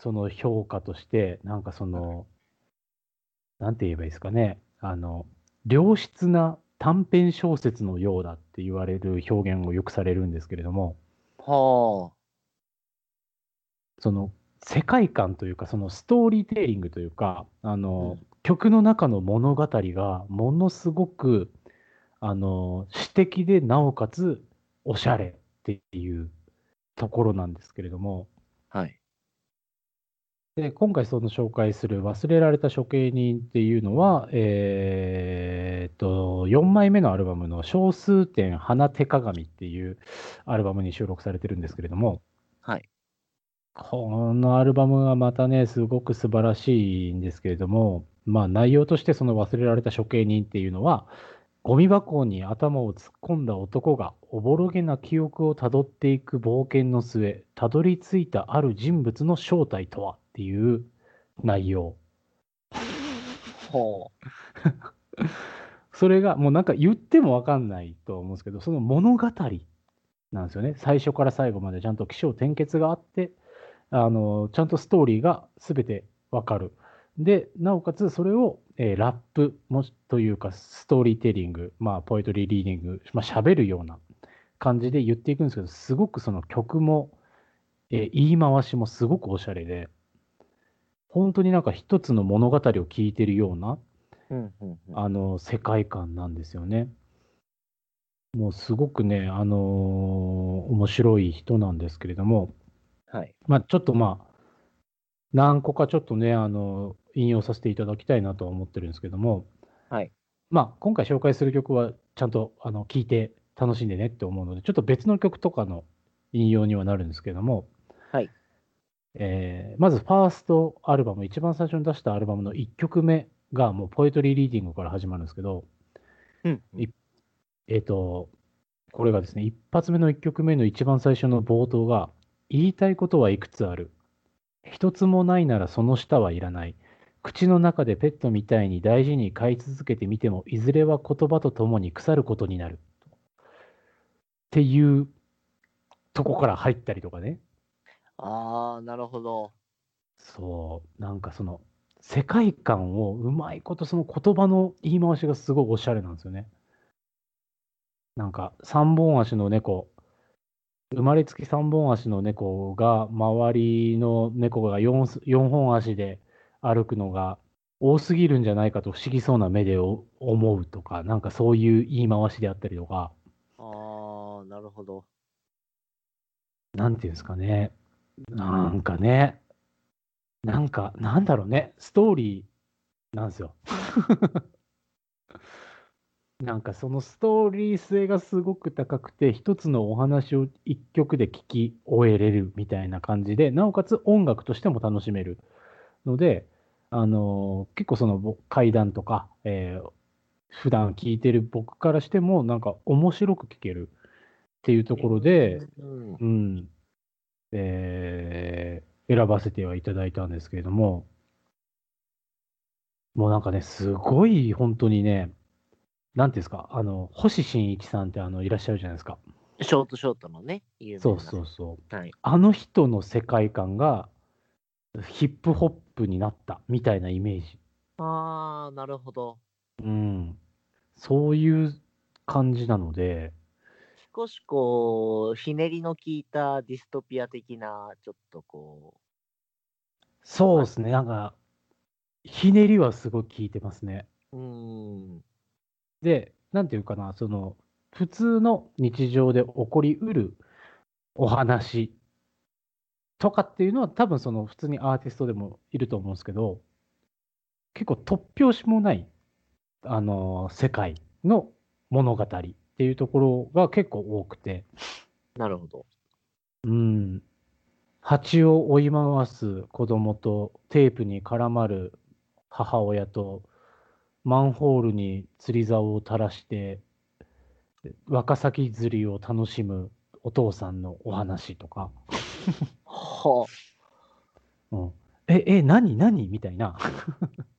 [SPEAKER 2] その評価として、なんかその、なんて言えばいいですかね、あの、良質な短編小説のようだって言われる表現をよくされるんですけれども、
[SPEAKER 1] は
[SPEAKER 2] その世界観というか、そのストーリーテイリングというか、あの、
[SPEAKER 1] う
[SPEAKER 2] 曲の中の物語がものすごく、あの、詩的でなおかつおしゃれっていうところなんですけれども、
[SPEAKER 1] あ。はい。
[SPEAKER 2] で今回その紹介する「忘れられた処刑人」っていうのは、えーっと4枚目のアルバムの「小数点花手鏡」っていうアルバムに収録されてるんですけれども、
[SPEAKER 1] はい、
[SPEAKER 2] このアルバムがまたねすごく素晴らしいんですけれども、まあ、内容としてその「忘れられた処刑人」っていうのはゴミ箱に頭を突っ込んだ男がおぼろげな記憶をたどっていく冒険の末、たどり着いたある人物の正体とはっていう内容。
[SPEAKER 1] は
[SPEAKER 2] それがもうなんか言ってもわかんないと思うんですけど、その物語なんですよね。最初から最後までちゃんと起承転結があって、あのちゃんとストーリーが全てわかる。で、なおかつそれを、えーラップもしというか、ストーリーテリング、まあ、ポエトリーリーディング、まあ、喋るような感じで言っていくんですけど、すごくその曲も、えー言い回しもすごくおしゃれで、本当になんか一つの物語を聞いてるような
[SPEAKER 1] あ。うんうんうん。
[SPEAKER 2] あの世界観なんですよね。もうすごくね、あのー面白い人なんですけれども、
[SPEAKER 1] はい。
[SPEAKER 2] まあ、ちょっとまあ、何個かちょっとね、あの引用させていただきたいなとは思ってるんですけども、
[SPEAKER 1] はい
[SPEAKER 2] まあ、今回紹介する曲は、ちゃんとあの聞いて楽しんでねって思うので、ちょっと別の曲とかの引用にはなるんですけども、
[SPEAKER 1] はい
[SPEAKER 2] えーまずファーストアルバム、一番最初に出したアルバムの1曲目が、もうポエトリーリーディングから始まるんですけど、
[SPEAKER 1] うん。
[SPEAKER 2] いえっ、と、これがですね、一発目の一曲目の一番最初の冒頭が、言いたいことはいくつある。一つもないならその舌はいらない。口の中でペットみたいに大事に飼い続けてみても、いずれは言葉とともに腐ることになる。っていうとこから入ったりとかね。
[SPEAKER 1] ああ、なるほど。
[SPEAKER 2] そう、なんかその、世界観をうまいことその言葉の言い回しがすごいおしゃれなんですよね。なんか三本足の猫、生まれつき三本足の猫が、周りの猫が 4, 四本足で歩くのが多すぎるんじゃないかと不思議そうな目でお思うとか、なんかそういう言い回しであったりとか、
[SPEAKER 1] ああ、なるほど。
[SPEAKER 2] なんていうんですかね、なんかね、なんか、なんだろうね、ストーリーなんですよ。なんかそのストーリー性がすごく高くて、一つのお話を一曲で聴き終えれるみたいな感じで、なおかつ音楽としても楽しめるので、あのー結構その階段とか、えー普段聴いてる僕からしても、なんか面白く聴けるっていうところで、
[SPEAKER 1] うん、
[SPEAKER 2] うん、えー選ばせてはいただいたんですけれども、もうなんかね、すごい本当にね、なんていうんですか、あの、星新一さんってあのいらっしゃるじゃないですか。
[SPEAKER 1] ショートショートのね、有名な
[SPEAKER 2] そうそうそう。
[SPEAKER 1] はい、
[SPEAKER 2] あの人の世界観がヒップホップになったみたいなイメージ。
[SPEAKER 1] ああ、なるほど。
[SPEAKER 2] うん。そういう感じなので、
[SPEAKER 1] 少しこう、ひねりの効いたディストピア的な、ちょっとこ
[SPEAKER 2] そうですね、なんか、ひねりはすごい効いてますね。
[SPEAKER 1] う、うーん、
[SPEAKER 2] で、なんていうかな、その、普通の日常で起こりうるお話とかっていうのは、多分その、普通にアーティストでもいると思うんですけど、結構突拍子もない、あのー世界の物語っていうところが結構多くて、
[SPEAKER 1] なるほど。
[SPEAKER 2] うん。蜂を追い回す子供と、テープに絡まる母親と、マンホールに釣り竿を垂らして、ワカサギ釣りを楽しむお父さんのお話とか、
[SPEAKER 1] は
[SPEAKER 2] うん、え、え、何、何みたいな、
[SPEAKER 1] あ、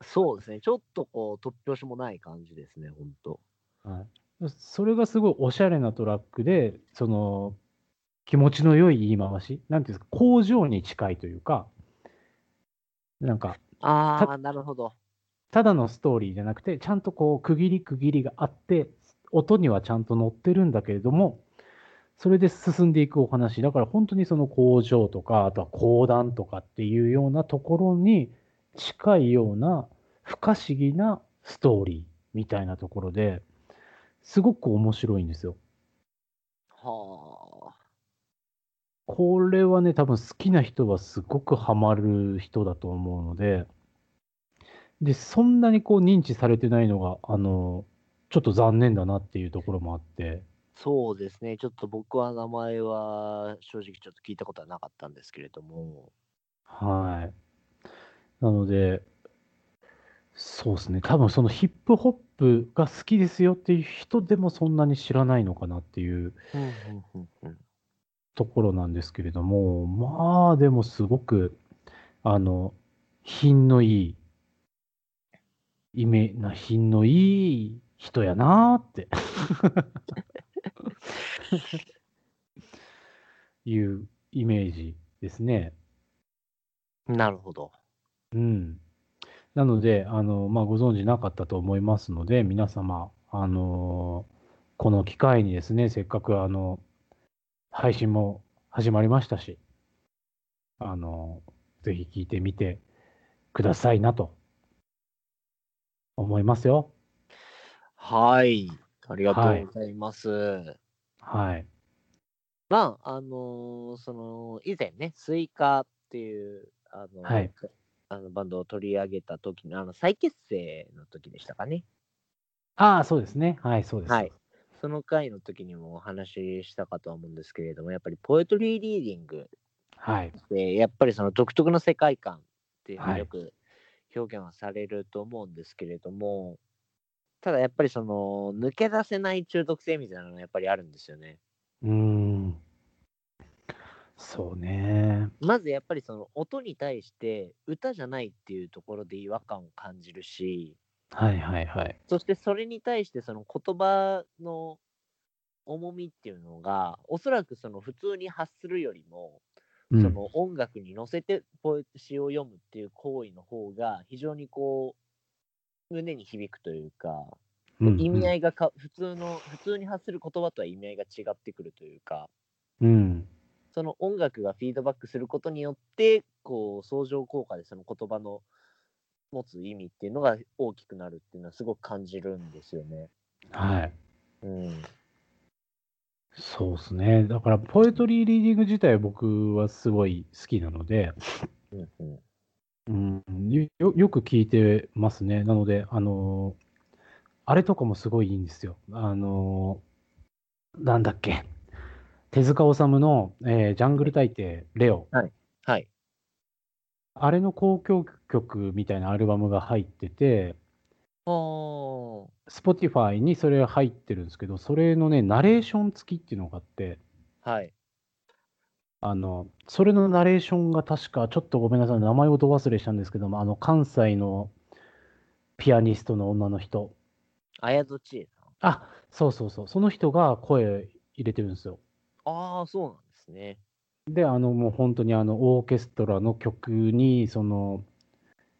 [SPEAKER 1] そうですね。ちょっとこう、突拍子もない感じですね、ほんと。
[SPEAKER 2] はい、それがすごいおしゃれなトラックで、その、気持ちの良い言い回し、なんていうんですか、工場に近いというか、なんか、
[SPEAKER 1] ああ、なるほど。
[SPEAKER 2] ただのストーリーじゃなくて、ちゃんとこう区切り区切りがあって、音にはちゃんと乗ってるんだけれども、それで進んでいくお話、だから本当にその工場とか、あとは講談とかっていうようなところに近いような不可思議なストーリーみたいなところですごく面白いんですよ。
[SPEAKER 1] はあ。
[SPEAKER 2] これはね、多分好きな人はすごくハマる人だと思うので、で、そんなにこう認知されてないのが、あの、ちょっと残念だなっていうところもあって、
[SPEAKER 1] そうですね。ちょっと僕は名前は、正直ちょっと聞いたことはなかったんですけれども。
[SPEAKER 2] はい。なので、そうですね、多分そのヒップホップが好きですよっていう人でもそんなに知らないのかなっていう
[SPEAKER 1] うんうんうんうん
[SPEAKER 2] ところなんですけれども、まあでもすごく、あの、品のいい、イメな、品のいい人やなーって。いうイメージですね。
[SPEAKER 1] なるほど。
[SPEAKER 2] うん。なので、あの、まあ、ご存知なかったと思いますので、皆様、あのこの機会にですね、せっかく、あの、配信も始まりましたし、あのぜひ聞いてみてくださいなと、思いますよ。
[SPEAKER 1] はい。ありがとうございます。
[SPEAKER 2] はい。
[SPEAKER 1] まあ、あのーその、以前ね、スイカっていう、あの、
[SPEAKER 2] はい
[SPEAKER 1] あのバンドを取り上げた時の、あの、再結成の時でしたかね。
[SPEAKER 2] ああ、そうですね。はい、そうです。
[SPEAKER 1] はい。その回の時にもお話ししたかとは思うんですけれども、やっぱりポエトリーリーディング
[SPEAKER 2] はい。
[SPEAKER 1] でやっぱりその独特の世界観っていうの
[SPEAKER 2] は
[SPEAKER 1] を
[SPEAKER 2] い
[SPEAKER 1] よく表現はされると思うんですけれども、ただやっぱりその抜け出せない中毒性みたいなのがやっぱりあるんですよね。
[SPEAKER 2] うーん。そうね。
[SPEAKER 1] まずやっぱりその音に対して歌じゃないっていうところで違和感を感じるし
[SPEAKER 2] はいはいはい。
[SPEAKER 1] そしてそれに対してその言葉の重みっていうのがおそらくその普通に発するよりも
[SPEAKER 2] うん
[SPEAKER 1] その音楽に乗せてポエ詩を読むっていう行為の方が非常にこう胸に響くというか
[SPEAKER 2] うん
[SPEAKER 1] 意味合
[SPEAKER 2] い。
[SPEAKER 1] いがか普通の普通に発する言葉とは意味合いが違ってくるというか
[SPEAKER 2] うん。
[SPEAKER 1] その音楽がフィードバックすることによってこう相乗効果でその言葉の持つ意味っていうのが大きくなるっていうのはすごく感じるんですよね。
[SPEAKER 2] はい。
[SPEAKER 1] うん、
[SPEAKER 2] そうですね。だから、ポエトリーリーディング自体僕はすごい好きなので、
[SPEAKER 1] うんうん
[SPEAKER 2] うん、よよよく聞いてますね。なので、あのーあれとかもすごいいいんですよ。あのーなんだっけ。手塚治虫の、えージャングル大帝レオ。
[SPEAKER 1] はい。
[SPEAKER 2] あれの交響曲みたいなアルバムが入ってて、
[SPEAKER 1] あー
[SPEAKER 2] Spotify にそれが入ってるんですけど、それのね、ナレーション付きっていうのがあって、
[SPEAKER 1] はい。
[SPEAKER 2] あの、それのナレーションが確か、ちょっとごめんなさい、名前をど忘れしたんですけども、あの、関西のピアニストの女の人。
[SPEAKER 1] あやどちえさん。
[SPEAKER 2] あ、そうそうそう。その人が声入れてるんですよ。
[SPEAKER 1] ああ、そうなんですね。
[SPEAKER 2] で、あの、もう本当にあの、オーケストラの曲に、その、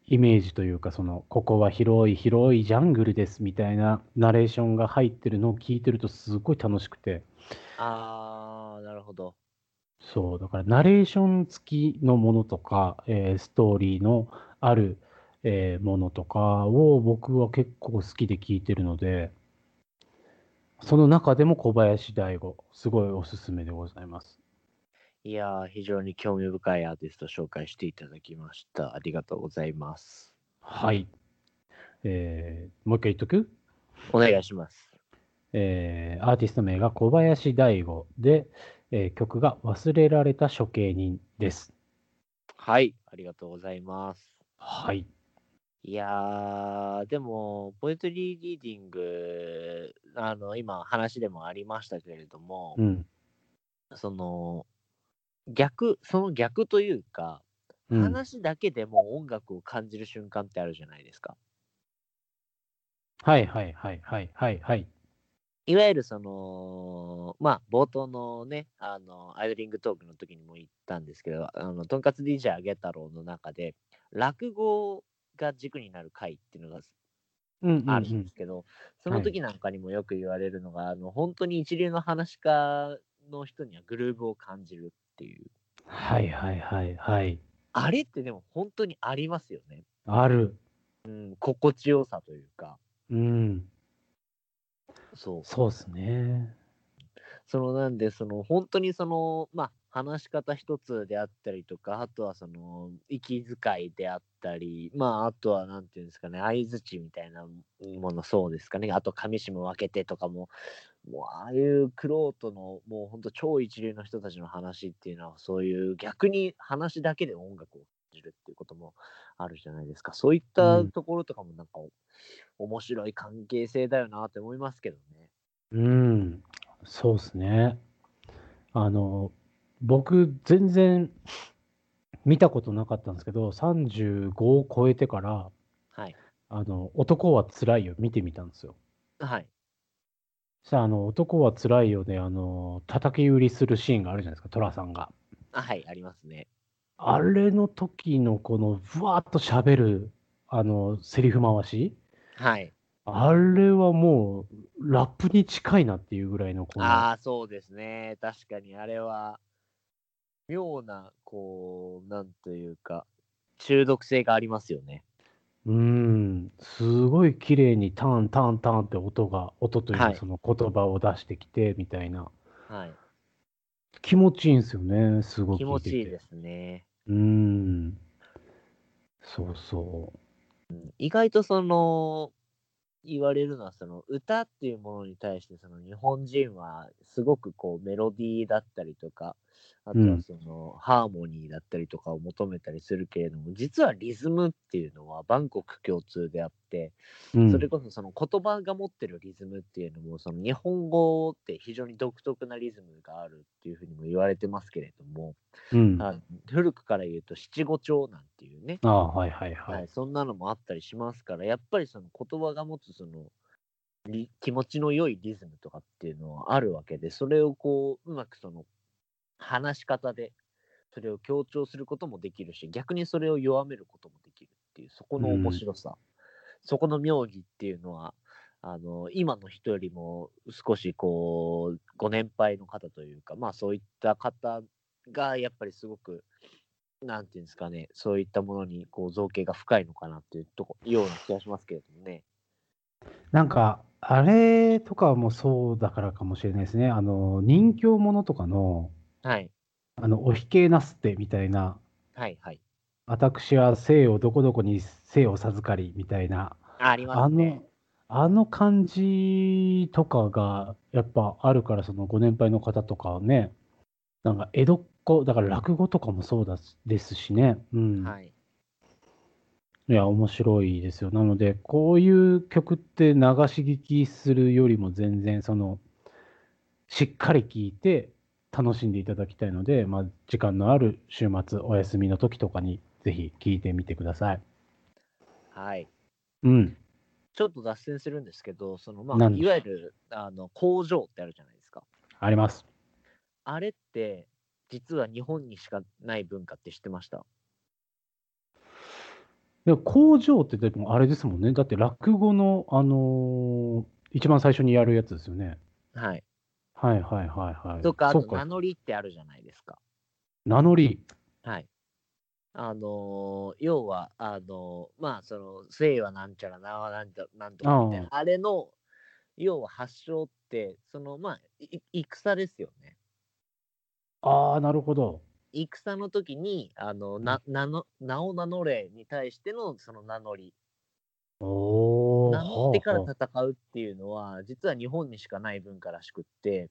[SPEAKER 2] イメージというか、その、ここは広い広いジャングルですみたいなナレーションが入ってるのを聞いてるとすごい楽しくて。
[SPEAKER 1] ああ、なるほど。
[SPEAKER 2] そう、だからナレーション付きのものとか、えーストーリーのある、えーものとかを僕は結構好きで聞いてるので、その中でも小林大吾、すごいおすすめでございます。
[SPEAKER 1] いやー、非常に興味深いアーティスト紹介していただきました。ありがとうございます。
[SPEAKER 2] はい。えーもう一回言っとく、
[SPEAKER 1] お願いします。
[SPEAKER 2] えーアーティスト名が小林大吾で、えー曲が忘れられた処刑人です。
[SPEAKER 1] はい、ありがとうございます。
[SPEAKER 2] はい。
[SPEAKER 1] いやー、でも、ポエトリーリーディング、あの、今、話でもありましたけれども、
[SPEAKER 2] うん。
[SPEAKER 1] その、逆、その逆というか、
[SPEAKER 2] うん、
[SPEAKER 1] 話だけでも音楽を感じる瞬間ってあるじゃないですか。
[SPEAKER 2] はいはいはいはいはいはい。
[SPEAKER 1] いわゆるその、まあ、冒頭のね、あの、アイドリングトークの時にも言ったんですけど、あの、とんかつ DJ あげ太郎の中で、落語が軸になる回っていうのが
[SPEAKER 2] うんうん
[SPEAKER 1] ある
[SPEAKER 2] うんん
[SPEAKER 1] ですけど、その時なんかにもよく言われるのが、あの、本当に一流の話家の人にはグルーブを感じるっていう。
[SPEAKER 2] はいはいはいはい。
[SPEAKER 1] あれってでも本当にありますよね。
[SPEAKER 2] ある。
[SPEAKER 1] うん、心地よさというか。
[SPEAKER 2] うん。
[SPEAKER 1] そう。
[SPEAKER 2] そうですね。
[SPEAKER 1] そのなんでその本当にそのまあ話し方一つであったりとかあとはその息遣いであったりまああとはなんていうんですかね相づちみたいなものそうですかねあと上下分けてとかももうああいうクロートのもう本当超一流の人たちの話っていうのはそういう逆に話だけで音楽を感じるっていうこともあるじゃないですかそういった
[SPEAKER 2] うん
[SPEAKER 1] ところとかもなんか面白い関係性だよなって思いますけどね。
[SPEAKER 2] うん。そうですね。あの、僕、全然見たことなかったんですけど、35を超えてから、
[SPEAKER 1] はい
[SPEAKER 2] あの、男は辛いよ、見てみたんですよ。
[SPEAKER 1] はい
[SPEAKER 2] そしたらあの、男は辛いよで、あの、叩き売りするシーンがあるじゃないですか、寅さんが。
[SPEAKER 1] あはいありますね。
[SPEAKER 2] あれの時の、この、ぶわーっと喋る、あの、セリフ回し。
[SPEAKER 1] はい。
[SPEAKER 2] あれはもう、ラップに近いなっていうぐらいの、この、
[SPEAKER 1] ああ、そうですね。確かに、あれは、妙な、こう、なんというか、中毒性がありますよね。
[SPEAKER 2] うーん、すごい綺麗にターン、ターン、ターンって音が、音という
[SPEAKER 1] は
[SPEAKER 2] か
[SPEAKER 1] い
[SPEAKER 2] その言葉を出してきて、みたいな。
[SPEAKER 1] はい。
[SPEAKER 2] 気持ちいいんですよね、すごく
[SPEAKER 1] 気
[SPEAKER 2] 聞
[SPEAKER 1] 持
[SPEAKER 2] いてて。
[SPEAKER 1] ちいいですね。
[SPEAKER 2] うーん。そうそう。
[SPEAKER 1] 意外と、その、言われるのは、その、歌っていうものに対して、その、日本人は、すごく、こう、メロディーだったりとか、あと
[SPEAKER 2] う
[SPEAKER 1] は、
[SPEAKER 2] ん
[SPEAKER 1] その、ハーモニーだったりとかを求めたりするけれども、実はリズムっていうのは、万国共通であって、
[SPEAKER 2] うん、
[SPEAKER 1] それこそその言葉が持ってるリズムっていうのもその日本語って非常に独特なリズムがあるっていうふうにも言われてますけれども、
[SPEAKER 2] うん。
[SPEAKER 1] あ
[SPEAKER 2] あ
[SPEAKER 1] の古くから言うと七五調なんていうね、
[SPEAKER 2] あ、はいはいは
[SPEAKER 1] はい
[SPEAKER 2] い。
[SPEAKER 1] そんなのもあったりしますからやっぱりその言葉が持つそのり気持ちの良いリズムとかっていうのはあるわけでそれをこううまくその話し方でそれを強調することもできるし逆にそれを弱めることもできるっていうそこの面白さ、そこの妙義っていうのはあの今の人よりも少しこうご年配の方というかまあそういった方がやっぱりすごくなんていうんですかねそういったものにこう造形が深いのかなっていうとこような気がしますけれどもね。
[SPEAKER 2] なんか、あれとかもそうだからかもしれないですね。あの、人形ものとかの、
[SPEAKER 1] はい
[SPEAKER 2] あの、おひけなすってみたいな、
[SPEAKER 1] はいはい。
[SPEAKER 2] 私は生をどこどこに生を授かりみたいな、
[SPEAKER 1] あありま
[SPEAKER 2] あ
[SPEAKER 1] すね
[SPEAKER 2] の。、あの感じとかがやっぱあるから、そのご年配の方とかはね、なんか江戸っ子、だから落語とかもそうだしですしね。うん。
[SPEAKER 1] はい、
[SPEAKER 2] いや、面白いですよ。なので、こういう曲って流し聞きするよりも全然、その、しっかり聴いて楽しんでいただきたいので、まあ、時間のある週末、お休みの時とかに、ぜひ聴いてみてください。
[SPEAKER 1] はい。
[SPEAKER 2] うん。
[SPEAKER 1] ちょっと脱線するんですけど、そのまあ、
[SPEAKER 2] 何で
[SPEAKER 1] い
[SPEAKER 2] しょう
[SPEAKER 1] わゆるあの工場ってあるじゃないですか。
[SPEAKER 2] あります。
[SPEAKER 1] あれって、実は日本にしかない文化って知ってました
[SPEAKER 2] でも工場って、でもあれですもんね。だって、落語の、あのー一番最初にやるやつですよね。
[SPEAKER 1] はい。
[SPEAKER 2] はいはいはいはい。
[SPEAKER 1] とか、あ
[SPEAKER 2] そ
[SPEAKER 1] と
[SPEAKER 2] う
[SPEAKER 1] 名
[SPEAKER 2] か、
[SPEAKER 1] 乗りってあるじゃないですか。
[SPEAKER 2] 名乗り。
[SPEAKER 1] はい。あのー要は、あのーまあ、その、姓はなんちゃら、名はなんだなんとかみたいな、あれの、要は発祥って、その、まあ、い戦ですよね。
[SPEAKER 2] ああ、なるほど。
[SPEAKER 1] 戦の時に、あの、な、名の、名を名乗れに対しての、その名乗り。
[SPEAKER 2] おお。
[SPEAKER 1] 名乗ってから
[SPEAKER 2] はあはあ
[SPEAKER 1] 戦うっていうのは、実は日本にしかない文化らしくって、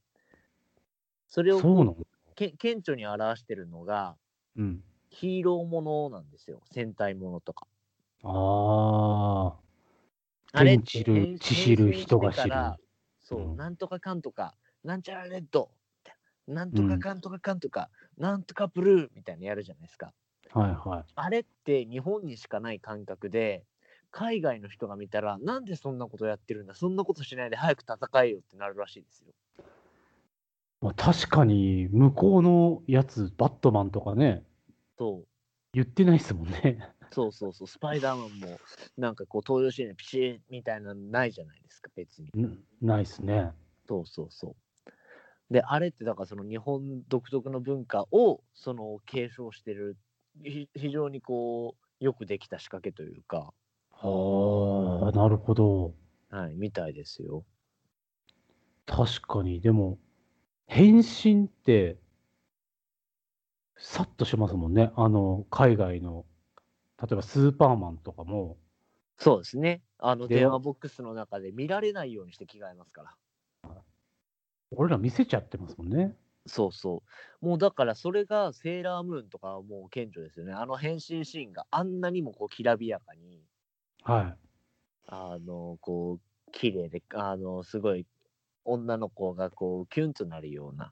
[SPEAKER 1] それを
[SPEAKER 2] そうなの
[SPEAKER 1] け顕著に表してるのが、
[SPEAKER 2] うん。
[SPEAKER 1] ヒーローものなんですよ。戦隊ものとか。
[SPEAKER 2] ああ、
[SPEAKER 1] あれっ
[SPEAKER 2] 天
[SPEAKER 1] て
[SPEAKER 2] 知る、
[SPEAKER 1] 変
[SPEAKER 2] 知知る
[SPEAKER 1] 変身して
[SPEAKER 2] 人が知
[SPEAKER 1] か
[SPEAKER 2] る。
[SPEAKER 1] らそう、
[SPEAKER 2] うん
[SPEAKER 1] なんとかかんとか、なんちゃらレッド、みたいななんとかかんとかかんとか、なんとかブルーみたいなやるじゃないですか。
[SPEAKER 2] はいは
[SPEAKER 1] あれって日本にしかない感覚で、海外の人が見たら、なんでそんなことやってるんだ、そんなことしないで早く戦えよってなるらしいですよ。
[SPEAKER 2] い。まあ、確かに、向こうのやつ、バットマンとかね、
[SPEAKER 1] そう
[SPEAKER 2] 言ってないですもんね。
[SPEAKER 1] そうそうそう、スパイダーマンも、なんかこう、東洋シーンでピシーみたいなのないじゃないですか、別に。
[SPEAKER 2] なないっすね。
[SPEAKER 1] そうそうそう。で、あれって、だからその日本独特の文化を、その継承してる、ひ非常にこう、よくできた仕掛けというか、
[SPEAKER 2] ああ、なるほど。
[SPEAKER 1] はい、みたいですよ。
[SPEAKER 2] 確かに、でも、変身って、さっとしますもんね。あの、海外の、例えばスーパーマンとかも、
[SPEAKER 1] そうですね。あの、
[SPEAKER 2] で
[SPEAKER 1] 電話ボックスの中で見られないようにして着替えますから。
[SPEAKER 2] 俺ら見せちゃってますもんね。
[SPEAKER 1] そうそう。もうだから、それがセーラームーンとかはもう顕著ですよね。あの変身シーンがあんなにもこう、きらびやかに。
[SPEAKER 2] は
[SPEAKER 1] あの、こう、綺麗で、あの、すごい、女の子がこう、キュンとなるような、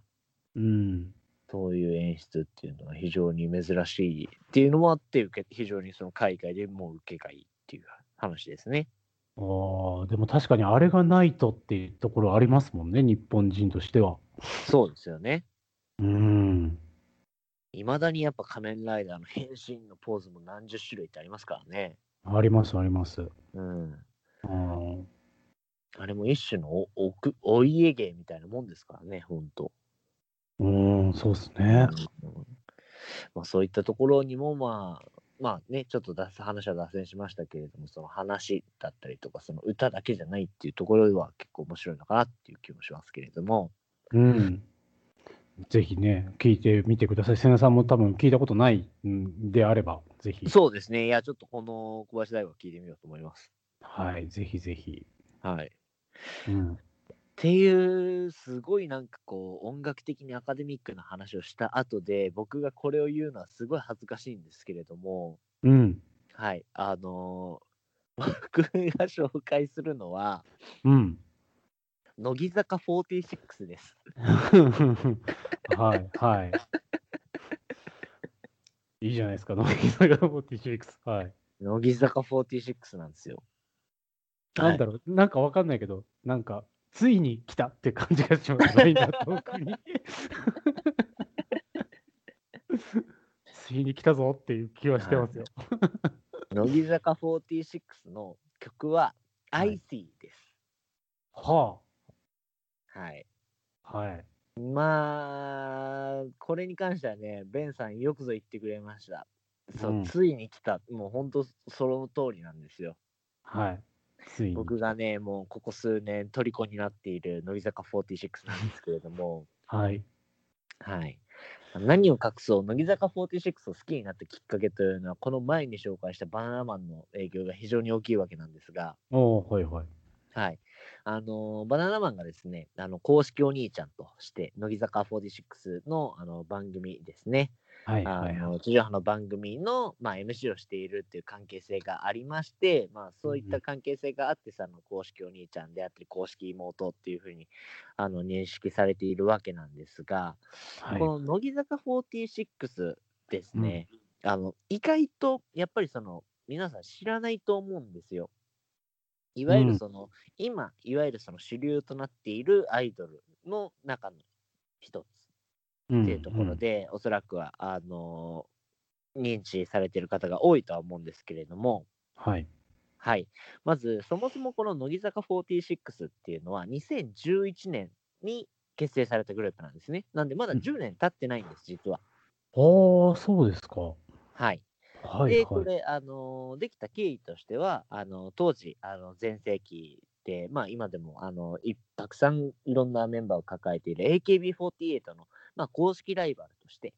[SPEAKER 2] い。うん。
[SPEAKER 1] そういう演出っていうのは非常に珍しいっていうのもあって、受け非常にその海外でも受けがいいっていう話ですね。
[SPEAKER 2] ああ、でも確かにあれがないとっていうところありますもんね、日本人としては。
[SPEAKER 1] そうですよね。
[SPEAKER 2] うん。
[SPEAKER 1] いまだにやっぱ仮面ライダーの変身のポーズも何十種類ってありますからね。
[SPEAKER 2] あります、あります。
[SPEAKER 1] うん。
[SPEAKER 2] うん、
[SPEAKER 1] あれも一種のおおくお家芸みたいなもんですからね、ほんと。
[SPEAKER 2] うん、そうですね。
[SPEAKER 1] うんまあ、そういったところにも、まあ、まあね、ちょっと脱話は脱線しましたけれども、その話だったりとか、その歌だけじゃないっていうところは結構面白いのかなっていう気もしますけれども、
[SPEAKER 2] うん。ぜひね、聞いてみてください。瀬名さんも多分聞いたことないんであれば、ぜひ。
[SPEAKER 1] そうですね、いや、ちょっとこの小林大は聞いてみようと思います。
[SPEAKER 2] はい、ぜひぜひ。
[SPEAKER 1] はい。っ
[SPEAKER 2] うん。
[SPEAKER 1] ていう、すごいなんかこう、音楽的にアカデミックな話をした後で、僕がこれを言うのはすごい恥ずかしいんですけれども、
[SPEAKER 2] うん。
[SPEAKER 1] はい、あのー 僕が紹介するのは、
[SPEAKER 2] うん。
[SPEAKER 1] 乃木坂46です。
[SPEAKER 2] はい、はい。いいじゃないですか、乃木坂46。はい。
[SPEAKER 1] 乃木坂46なんですよ。
[SPEAKER 2] なんだ
[SPEAKER 1] ろ
[SPEAKER 2] ろう、なんかわかんないけど、なんか、ついに来たって感じがしますね、今、遠く に。ついに来たぞっていう気はしてますよ。
[SPEAKER 1] う乃木坂46の曲は「
[SPEAKER 2] はい
[SPEAKER 1] IC」です。
[SPEAKER 2] は
[SPEAKER 1] はい。
[SPEAKER 2] あ。はい。
[SPEAKER 1] まあ、これに関してはね、ベンさんよくぞ言ってくれました。そう、
[SPEAKER 2] うん
[SPEAKER 1] ついに来た。もう本当その通りなんですよ。
[SPEAKER 2] はい。ついに。
[SPEAKER 1] 僕がね、もうここ数年、虜になっている乃木坂46なんですけれども、
[SPEAKER 2] はい。
[SPEAKER 1] はい。何を隠そう、乃木坂46を好きになったきっかけというのは、この前に紹介したバナナマンの影響が非常に大きいわけなんですが、
[SPEAKER 2] おおはいはい。
[SPEAKER 1] はい。あのーバナナマンがですね、あの公式お兄ちゃんとして、乃木坂46のあの番組ですね、
[SPEAKER 2] はい
[SPEAKER 1] あ
[SPEAKER 2] はいは
[SPEAKER 1] の
[SPEAKER 2] い。
[SPEAKER 1] 地上波の番組の、まあ、MC をしているっていう関係性がありまして、まあ、そういっ
[SPEAKER 2] うんう
[SPEAKER 1] た関係性があってさ、あの公式お兄ちゃんであったり、公式妹っていうふうにあの認識されているわけなんですが、
[SPEAKER 2] はい
[SPEAKER 1] この乃木坂46ですね、あの意外とやっぱりその皆さん知らないと思うんですよ。いわゆ
[SPEAKER 2] う
[SPEAKER 1] る
[SPEAKER 2] ん
[SPEAKER 1] その、今いわゆるその主流となっているアイドルの中の一つ
[SPEAKER 2] うん
[SPEAKER 1] っていうところ。で、おそらくはあの認知されている方が多いとは思うんですけれども、
[SPEAKER 2] うんはい。
[SPEAKER 1] はい、まずそもそもこの乃木坂46っていうのは2011年に結成されたグループなんですね。なんでまだ
[SPEAKER 2] うん
[SPEAKER 1] 10年経ってないんです、実は。
[SPEAKER 2] ああ、そうですか。は
[SPEAKER 1] はい。
[SPEAKER 2] い
[SPEAKER 1] で、こ
[SPEAKER 2] はい。
[SPEAKER 1] れ、あのーできた経緯としては、あの当時、あの全盛期で、まあ、今でも、あのいたくさんいろんなメンバーを抱えている AKB48 の、まあ、公式ライバルとして、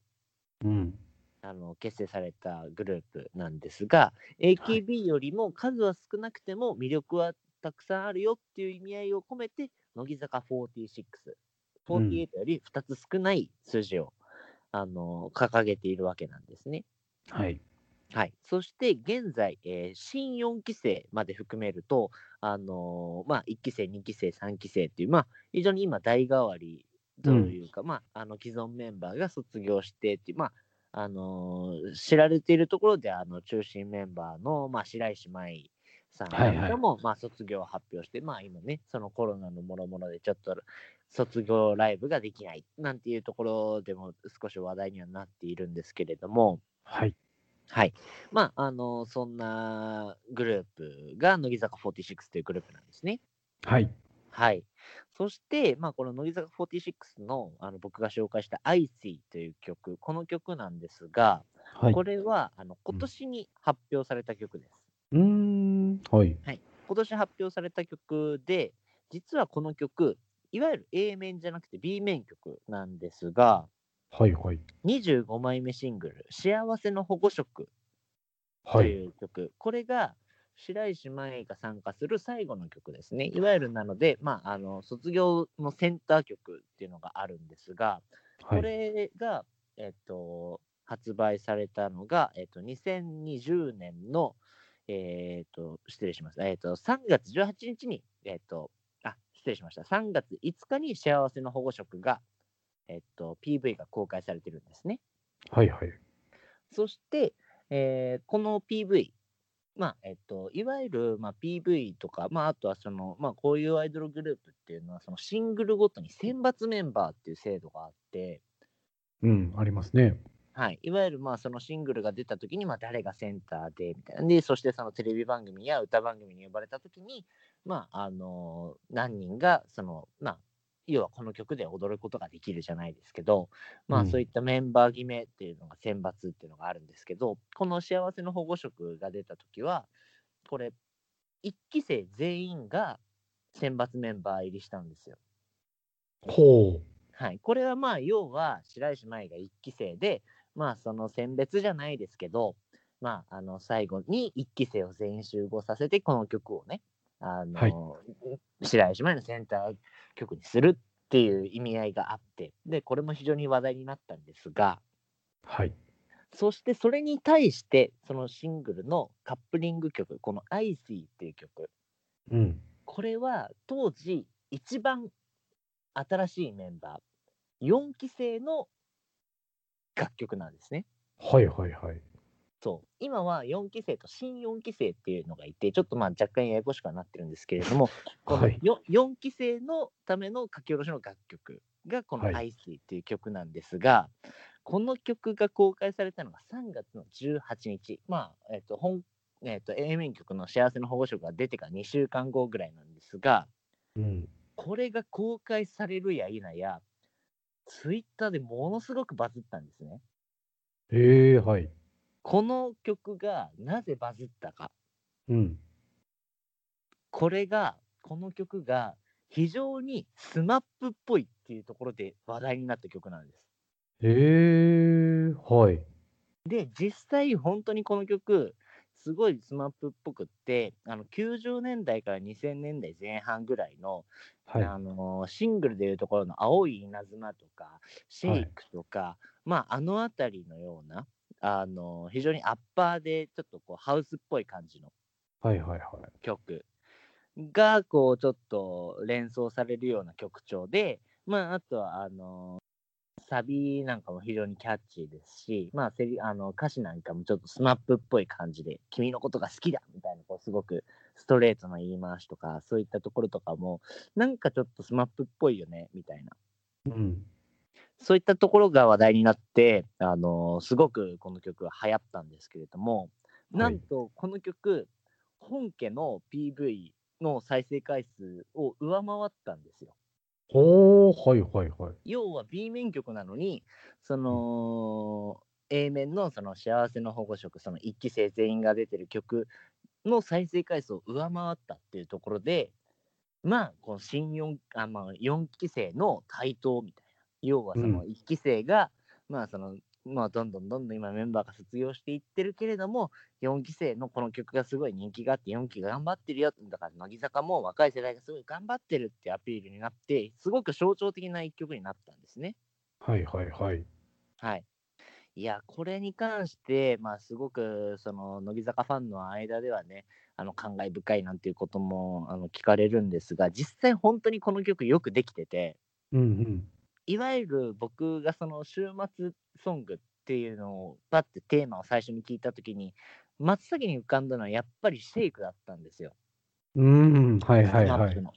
[SPEAKER 2] うん。
[SPEAKER 1] あの結成されたグループなんですが、AKB よりも数は少なくても魅力はたくさんあるよっていう意味合いを込めて、乃木坂46、
[SPEAKER 2] うん
[SPEAKER 1] 48より2つ少ない数字を、あの掲げているわけなんですね。
[SPEAKER 2] はい。
[SPEAKER 1] はい、そして現在、えー新4期生まで含めると、あのーまあ、1期生、2期生、3期生っていう、まあ、非常に今、代替わりというか、まあ、あの既存メンバーが卒業してっていう、まああのー知られているところであの中心メンバーの、まあ、白石麻衣さんなんかも、まあ、卒業を発表して、まあ、今ね、そのコロナのもろもろでちょっと卒業ライブができないなんていうところでも少し話題にはなっているんですけれども。
[SPEAKER 2] はい。
[SPEAKER 1] はい。まあ、あの、そんなグループが乃木坂46というグループなんですね。
[SPEAKER 2] はい。
[SPEAKER 1] はい。そして、まあ、この乃木坂46のあの僕が紹介した「I See」という曲、この曲なんですが、
[SPEAKER 2] はい。
[SPEAKER 1] これはあの
[SPEAKER 2] ん
[SPEAKER 1] 今年に発表された曲です。
[SPEAKER 2] うーん。はい。
[SPEAKER 1] 今年発表された曲で、実はこの曲、いわゆる A 面じゃなくて B 面曲なんですが、
[SPEAKER 2] はいはい。
[SPEAKER 1] 25枚目シングル、幸せの保護色と
[SPEAKER 2] はい。
[SPEAKER 1] いう曲、これが白石麻衣が参加する最後の曲ですね。いわゆるなので、まあ、あの卒業のセンター曲っていうのがあるんですが、
[SPEAKER 2] は
[SPEAKER 1] こ
[SPEAKER 2] い。
[SPEAKER 1] れが、えっと、発売されたのが、えっと、2020年の、えっと、失礼しました、えっと、3月18日に、えっと、あ、失礼しました、3月5日に幸せの保護色が、えっと、PV が公開されてるんですね。
[SPEAKER 2] はいはい。
[SPEAKER 1] そして、えーこの PV、まあえっと、いわゆる、まあ、PV とか、まあ、あとはその、まあ、こういうアイドルグループっていうのはそのシングルごとに選抜メンバーっていう制度があって、
[SPEAKER 2] うん、ありますね。
[SPEAKER 1] はい、いわゆるまあそのシングルが出た時にまあ誰がセンターでみたいなでそしてそのテレビ番組や歌番組に呼ばれた時に、まああの何人がその、まあ、要はこの曲で踊ることができるじゃないですけど、ま
[SPEAKER 2] う
[SPEAKER 1] あ、
[SPEAKER 2] ん
[SPEAKER 1] そういったメンバー決めっていうのが選抜っていうのがあるんですけどこの「幸せの保護色」が出た時はこれ1期生全員が選抜メンバー入りしたんですよ。
[SPEAKER 2] ほ
[SPEAKER 1] はい、これはまあ要は白石麻衣が1期生でまあその選別じゃないですけどまああの最後に1期生を全員集合させてこの曲をねあの、
[SPEAKER 2] はい
[SPEAKER 1] 白石麻衣のセンター曲にするっていう意味合いがあってでこれも非常に話題になったんですが
[SPEAKER 2] う。はい。
[SPEAKER 1] そしてそれに対してそのシングルのカップリング曲この「IC」っていう曲
[SPEAKER 2] うん。
[SPEAKER 1] これは当時一番新しいメンバー4期生の楽曲なんですね。
[SPEAKER 2] はいはいはい。
[SPEAKER 1] そう今は4期生と新4期生っていうのがいてちょっとまあ若干ややこしくはなってるんですけれどもこの
[SPEAKER 2] はい
[SPEAKER 1] 4, 4期生のための書き下ろしの楽曲がこの
[SPEAKER 2] は
[SPEAKER 1] 「
[SPEAKER 2] い
[SPEAKER 1] i c っていう曲なんですが、この曲が公開されたのが3月の18日まあえっ、と本えっ、と A 面曲の「幸せの保護色」が出てから2週間後ぐらいなんですが
[SPEAKER 2] うん。
[SPEAKER 1] これが公開されるや否や、ツイッターでものすごくバズったんですね。
[SPEAKER 2] ええはい。
[SPEAKER 1] この曲がなぜバズったか。
[SPEAKER 2] うん。
[SPEAKER 1] これが、この曲が非常にスマップっぽいっていうところで話題になった曲なんです。
[SPEAKER 2] ええはい。
[SPEAKER 1] で、実際本当にこの曲、すごいスマップっぽくって、あの90年代から2000年代前半ぐらいの、
[SPEAKER 2] はい。
[SPEAKER 1] あのーシングルでいうところの「青い稲妻」とか「シェイク」とか、まああの辺りのような、あのー非常にアッパーでちょっとこうハウスっぽい感じの
[SPEAKER 2] はいはいはい。
[SPEAKER 1] 曲がこうちょっと連想されるような曲調で、まあ、あとはあのーサビなんかも非常にキャッチーですし、まあ、セリあの歌詞なんかもちょっとスナップっぽい感じで「君のことが好きだ!」みたいなこうすごくストレートな言い回しとかそういったところとかもなんかちょっとスマップっぽいよねみたいな
[SPEAKER 2] うん。
[SPEAKER 1] そういったところが話題になって、あのすごくこの曲は流行ったんですけれども、なんとこの曲、本家の PV の再生回数を上回ったんですよ。
[SPEAKER 2] ほー、はいはいはい。
[SPEAKER 1] 要は B 面曲なのに、その、A 面のその幸せの保護色、その一期生全員が出てる曲の再生回数を上回ったっていうところで、まあ、この新 4, あ、まあ、4期生の台頭みたいな。要はその
[SPEAKER 2] う
[SPEAKER 1] 1期生が、まあその、まあどんどんどんどん今メンバーが卒業していってるけれども、4期生のこの曲がすごい人気があって、4期が頑張ってるよ。だから乃木坂も若い世代がすごい頑張ってるってアピールになって、すごく象徴的な一曲になったんですね。
[SPEAKER 2] はいはいはい。
[SPEAKER 1] はい。いや、これに関して、まあ、すごく、その、乃木坂ファンの間ではね、あの、感慨深いなんていうことも、あの、聞かれるんですが、実際本当にこの曲よくできてて、
[SPEAKER 2] うんうん。
[SPEAKER 1] いわゆる僕がその週末ソングっていうのを、パッてテーマを最初に聞いたときに、真っ先に浮かんだのはやっぱりシェイクだったんですよ。
[SPEAKER 2] うん、はいはい
[SPEAKER 1] スマ
[SPEAKER 2] は
[SPEAKER 1] ップ
[SPEAKER 2] い。
[SPEAKER 1] の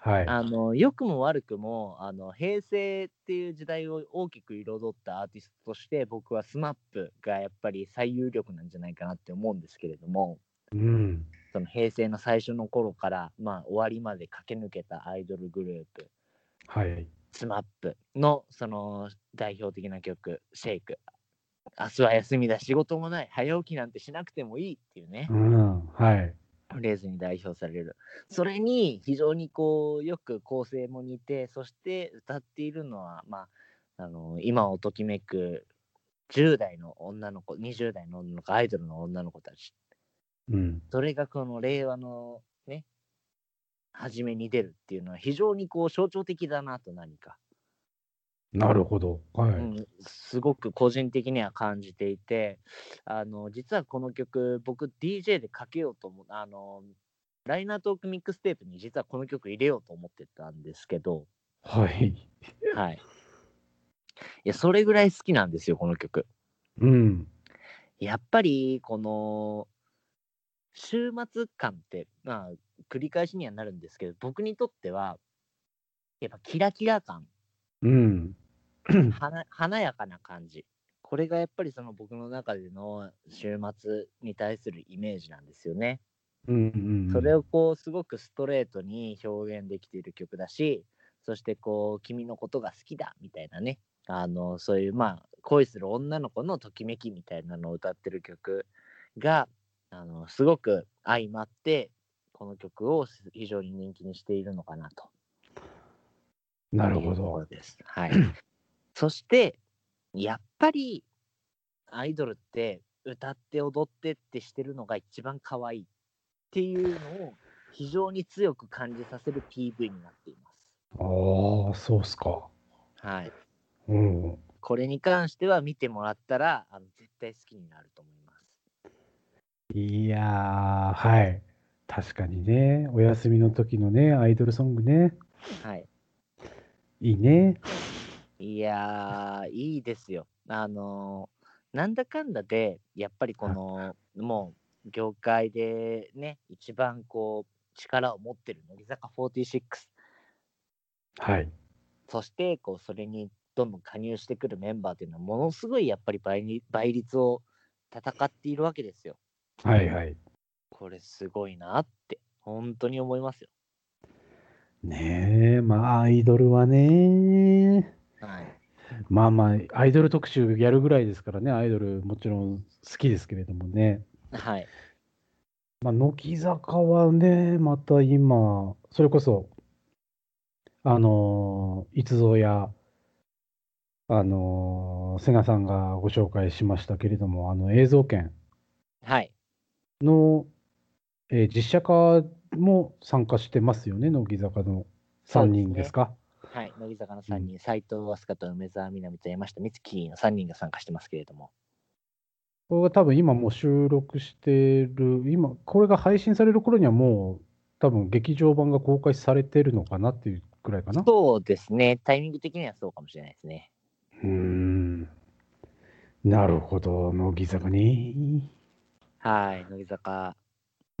[SPEAKER 2] はい。
[SPEAKER 1] あの良くも悪くもあの平成っていう時代を大きく彩ったアーティストとして僕は SMAP がやっぱり最有力なんじゃないかなって思うんですけれども
[SPEAKER 2] うん。
[SPEAKER 1] その平成の最初の頃から、まあ、終わりまで駆け抜けたアイドルグループ
[SPEAKER 2] はい。
[SPEAKER 1] SMAP のその代表的な曲「シェイク明日は休みだ仕事もない早起きなんてしなくてもいいっていうね
[SPEAKER 2] うん。はい。
[SPEAKER 1] フレーズに代表される。それに非常にこうよく構成も似て、そして歌っているのは、まあ、あの今をときめく10代の女の子、20代の女の子、アイドルの女の子たち。
[SPEAKER 2] うん。
[SPEAKER 1] それがこの令和のね、初めに出るっていうのは非常にこう象徴的だなと何か、
[SPEAKER 2] なるほど。は
[SPEAKER 1] う
[SPEAKER 2] い。
[SPEAKER 1] ん、すごく個人的には感じていて、あの実はこの曲、僕 DJ でかけようと思う、あのライナートークミックステープに実はこの曲入れようと思ってたんですけど、
[SPEAKER 2] はい。
[SPEAKER 1] はい。いや、それぐらい好きなんですよ、この曲。
[SPEAKER 2] うん。
[SPEAKER 1] やっぱり、この、週末感って、まあ、繰り返しにはなるんですけど、僕にとっては、やっぱキラキラ感、
[SPEAKER 2] うん。
[SPEAKER 1] 華華やかな感じ。これがやっぱりその僕の中での週末に対するイメージなんですよね。
[SPEAKER 2] うんうん。
[SPEAKER 1] それをこうすごくストレートに表現できている曲だしそしてこう君のことが好きだみたいなねあのそういうまあ恋する女の子のときめきみたいなのを歌ってる曲があのすごく相まってこの曲を非常に人気にしているのかなと
[SPEAKER 2] なる
[SPEAKER 1] い
[SPEAKER 2] ほ
[SPEAKER 1] うところ
[SPEAKER 2] ど。
[SPEAKER 1] です。 はい、そしてやっぱりアイドルって歌って踊ってってしてるのが一番可愛いっていうのを非常に強く感じさせる PV になっています。
[SPEAKER 2] ああ、そうっすか。
[SPEAKER 1] はい、
[SPEAKER 2] うん。
[SPEAKER 1] これに関しては見てもらったらあの絶対好きになると思います。
[SPEAKER 2] いやー、はい。確かにね、お休みの時のね、アイドルソングね、
[SPEAKER 1] はい、
[SPEAKER 2] いいね。
[SPEAKER 1] いやーいいですよ。あのーなんだかんだでやっぱりこのもう業界でね一番こう力を持ってる乃木坂46
[SPEAKER 2] はい。
[SPEAKER 1] そしてこうそれにどんどん加入してくるメンバーというのはものすごいやっぱり倍に倍率を戦っているわけですよ。
[SPEAKER 2] はいはい。
[SPEAKER 1] これすごいなって本当に思いますよ。
[SPEAKER 2] ねえ、まあ、アイドルはね、
[SPEAKER 1] はい。
[SPEAKER 2] まあまあ、アイドル特集やるぐらいですからね、アイドルもちろん好きですけれどもね。
[SPEAKER 1] はい。
[SPEAKER 2] まあ、乃木坂はね、また今、それこそ、あのー、逸蔵や、あのー、瀬賀さんがご紹介しましたけれども、あの映像権
[SPEAKER 1] はい。
[SPEAKER 2] の、えー実写化も参加してますよね、乃木坂の3人ですか。
[SPEAKER 1] はい、乃木坂の3人、斎、藤飛鳥と梅澤美波と山下美月の3人が参加してますけれども、
[SPEAKER 2] これが多分今もう収録してる、今、これが配信される頃にはもう、多分劇場版が公開されてるのかなっていうくらいかな。
[SPEAKER 1] そうですね、タイミング的にはそうかもしれないですね。
[SPEAKER 2] うーんなるほど、乃木坂ね。
[SPEAKER 1] はい、乃木坂、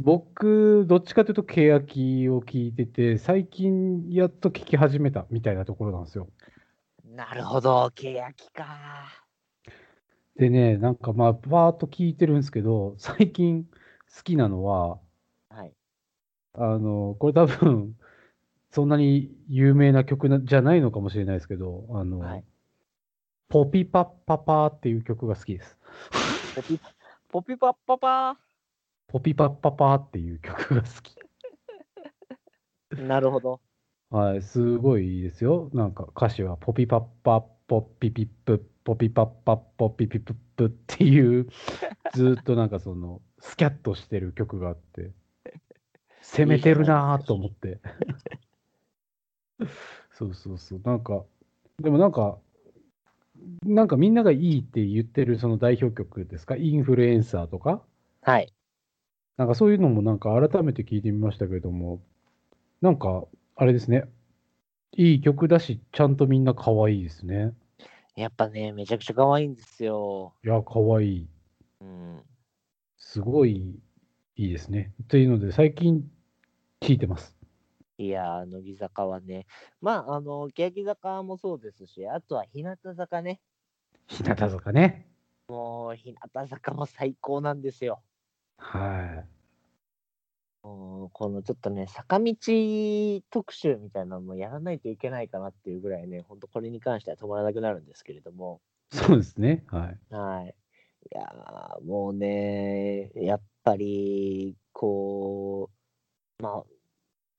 [SPEAKER 2] 僕、どっちかというと、欅を聞いてて、最近やっと聞き始めたみたいなところなんですよ。
[SPEAKER 1] なるほど、欅か。
[SPEAKER 2] でね、なんかまあ、バーっと聞いてるんですけど、最近好きなのは、
[SPEAKER 1] はい、
[SPEAKER 2] あの、これ多分、そんなに有名な曲なじゃないのかもしれないですけど、あの、
[SPEAKER 1] はい
[SPEAKER 2] ポピパッパパーっていう曲が好きです。
[SPEAKER 1] ポピポピパッパパ
[SPEAKER 2] ポピパッパパーっていう曲が好き。
[SPEAKER 1] ー。なるほど。
[SPEAKER 2] はい、すごいいいですよ。なんか歌詞はポピパッパポピピップポピパッパポピピッププっていうずっとなんかそのスキャッとしてる曲があって攻めてるなーと思って。そうそうそう。なんかでもなんかなんかみんながいいって言ってるその代表曲ですかインフルエンサーとか
[SPEAKER 1] はい、
[SPEAKER 2] なんかそういうのもなんか改めて聞いてみましたけれども、なんかあれですね、いい曲だし、ちゃんとみんな可愛いですね。
[SPEAKER 1] やっぱね、めちゃくちゃ可愛いんですよ。
[SPEAKER 2] いや、可愛い。
[SPEAKER 1] うん、
[SPEAKER 2] すごいいいですね。というので、最近聞いてます。
[SPEAKER 1] いやー、乃木坂はね、まあ、あの、欅坂もそうですし、あとは日向坂ね、
[SPEAKER 2] 日向坂ね。
[SPEAKER 1] もう日向坂も最高なんですよ。
[SPEAKER 2] は
[SPEAKER 1] もうこのちょっとね、坂道特集みたいなのもやらないといけないかなっていうぐらいね、ほんとこれに関しては止まらなくなるんですけれども、
[SPEAKER 2] い。そうですね。はい。
[SPEAKER 1] はい。いやーもうね、やっぱり、こう、まあ、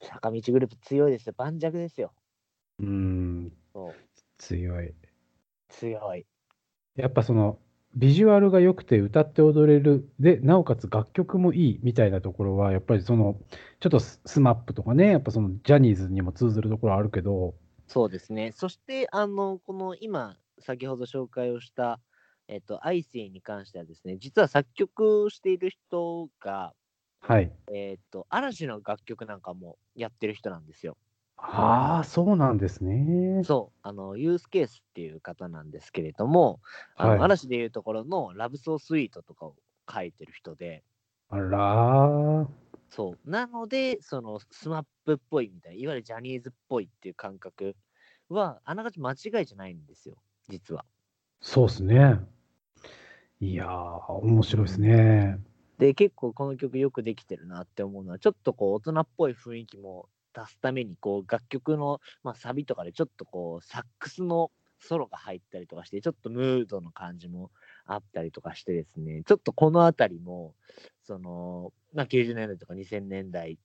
[SPEAKER 1] 坂道グループ強いですよ。盤石ですよ。
[SPEAKER 2] うーん、
[SPEAKER 1] そう
[SPEAKER 2] 強い。
[SPEAKER 1] 強い。
[SPEAKER 2] やっぱその、ビジュアルが良くて歌って踊れるでなおかつ楽曲もいいみたいなところはやっぱりそのちょっとスマップとかねやっぱそのジャニーズにも通ずるところあるけど、
[SPEAKER 1] そうですね。そして、あの、この今、先ほど紹介をした、えっと、アイシーに関してはですね、実は作曲している人が、
[SPEAKER 2] はい。
[SPEAKER 1] えーっと、嵐の楽曲なんかもやってる人なんですよ。
[SPEAKER 2] ああ、そうなんですね。
[SPEAKER 1] そう、あの、ユースケースっていう方なんですけれども、あの
[SPEAKER 2] はい
[SPEAKER 1] 嵐でいうところのラブソースイートとかを書いてる人で、
[SPEAKER 2] あらー、
[SPEAKER 1] そう、なので、その、スマップっぽいみたいな、いわゆるジャニーズっぽいっていう感覚は、あながち間違いじゃないんですよ、実は。
[SPEAKER 2] そうですね。いやー、面白いですね。
[SPEAKER 1] で、結構この曲よくできてるなって思うのは、ちょっとこう、大人っぽい雰囲気も出すために、こう、楽曲の、まあ、サビとかでちょっとこう、サックスのソロが入ったりとかして、ちょっとムードの感じもあったりとかしてですね、ちょっとこのあたりも、その、まあ、90年代とか2000年代っ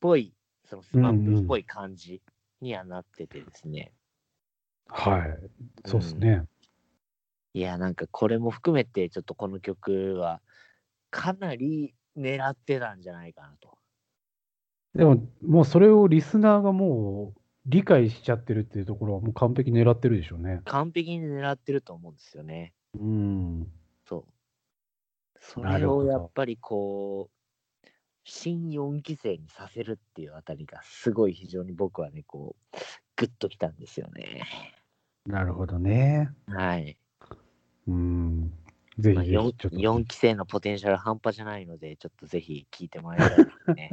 [SPEAKER 1] ぽい、そのスマップっぽい感じにはなっててですね。
[SPEAKER 2] はい、そうですね。
[SPEAKER 1] いや、なんかこれも含めて、ちょっとこの曲は、かなり狙ってたんじゃないかなと。
[SPEAKER 2] でも、もうそれをリスナーがもう理解しちゃってるっていうところは、もう完璧に狙ってるでしょうね。
[SPEAKER 1] 完璧に狙ってると思うんですよね。
[SPEAKER 2] うん。
[SPEAKER 1] そう。そ
[SPEAKER 2] な
[SPEAKER 1] れ
[SPEAKER 2] るほ
[SPEAKER 1] を
[SPEAKER 2] ど
[SPEAKER 1] やっぱりこう、新4期生にさせるっていうあたりが、すごい非常に僕はね、こう、グッときたんですよね。
[SPEAKER 2] なるほどね。
[SPEAKER 1] はい。
[SPEAKER 2] うん。ぜひ
[SPEAKER 1] まあ、
[SPEAKER 2] ぜひ、ちょっ
[SPEAKER 1] 4,
[SPEAKER 2] と。
[SPEAKER 1] 期生のポテンシャル半端じゃないので、ちょっとぜひ聞いてもらいたいです ね。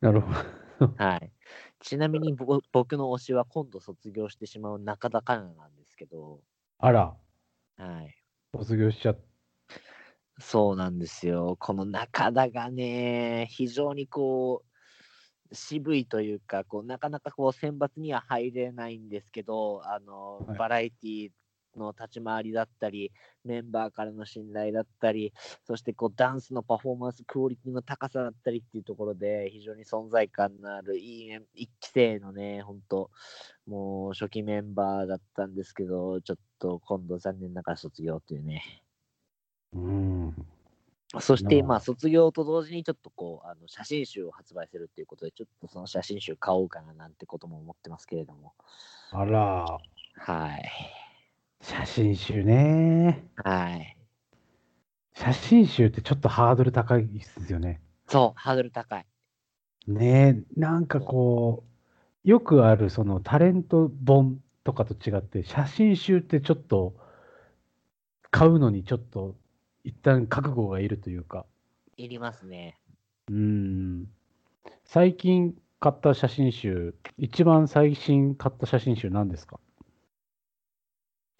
[SPEAKER 2] なるほど。
[SPEAKER 1] はい。ちなみにぼ僕の推しは今度卒業してしまう中田香奈なんですけど、
[SPEAKER 2] あら、
[SPEAKER 1] はい。
[SPEAKER 2] 卒業しちゃっ
[SPEAKER 1] そうなんですよ。この中田がね、非常にこ渋いというか、こうなかなかこう選抜には入れないんですけど、あの
[SPEAKER 2] はい
[SPEAKER 1] バラエティの立ち回りだったり、メンバーからの信頼だったり、そしてこうダンスのパフォーマンスクオリティの高さだったりっていうところで、非常に存在感のある、いいね一期生のね、本当、もう初期メンバーだったんですけど、ちょっと今度、残念ながら卒業というね。
[SPEAKER 2] うん。
[SPEAKER 1] そして、
[SPEAKER 2] な
[SPEAKER 1] まあ、卒業と同時に、ちょっとこう、あの写真集を発売するっていうことで、ちょっとその写真集買おうかななんてことも思ってますけれども。
[SPEAKER 2] あら、
[SPEAKER 1] はい。
[SPEAKER 2] 写真集ね。
[SPEAKER 1] はい。
[SPEAKER 2] 写真集ってちょっとハードル高いですよね。
[SPEAKER 1] そう、ハードル高い。
[SPEAKER 2] ねえ、なんかこう、よくあるそのタレント本とかと違って、写真集ってちょっと買うのにちょっと一旦覚悟がいるというか、
[SPEAKER 1] いりますね。
[SPEAKER 2] うん。最近買った写真集、一番最新買った写真集何ですか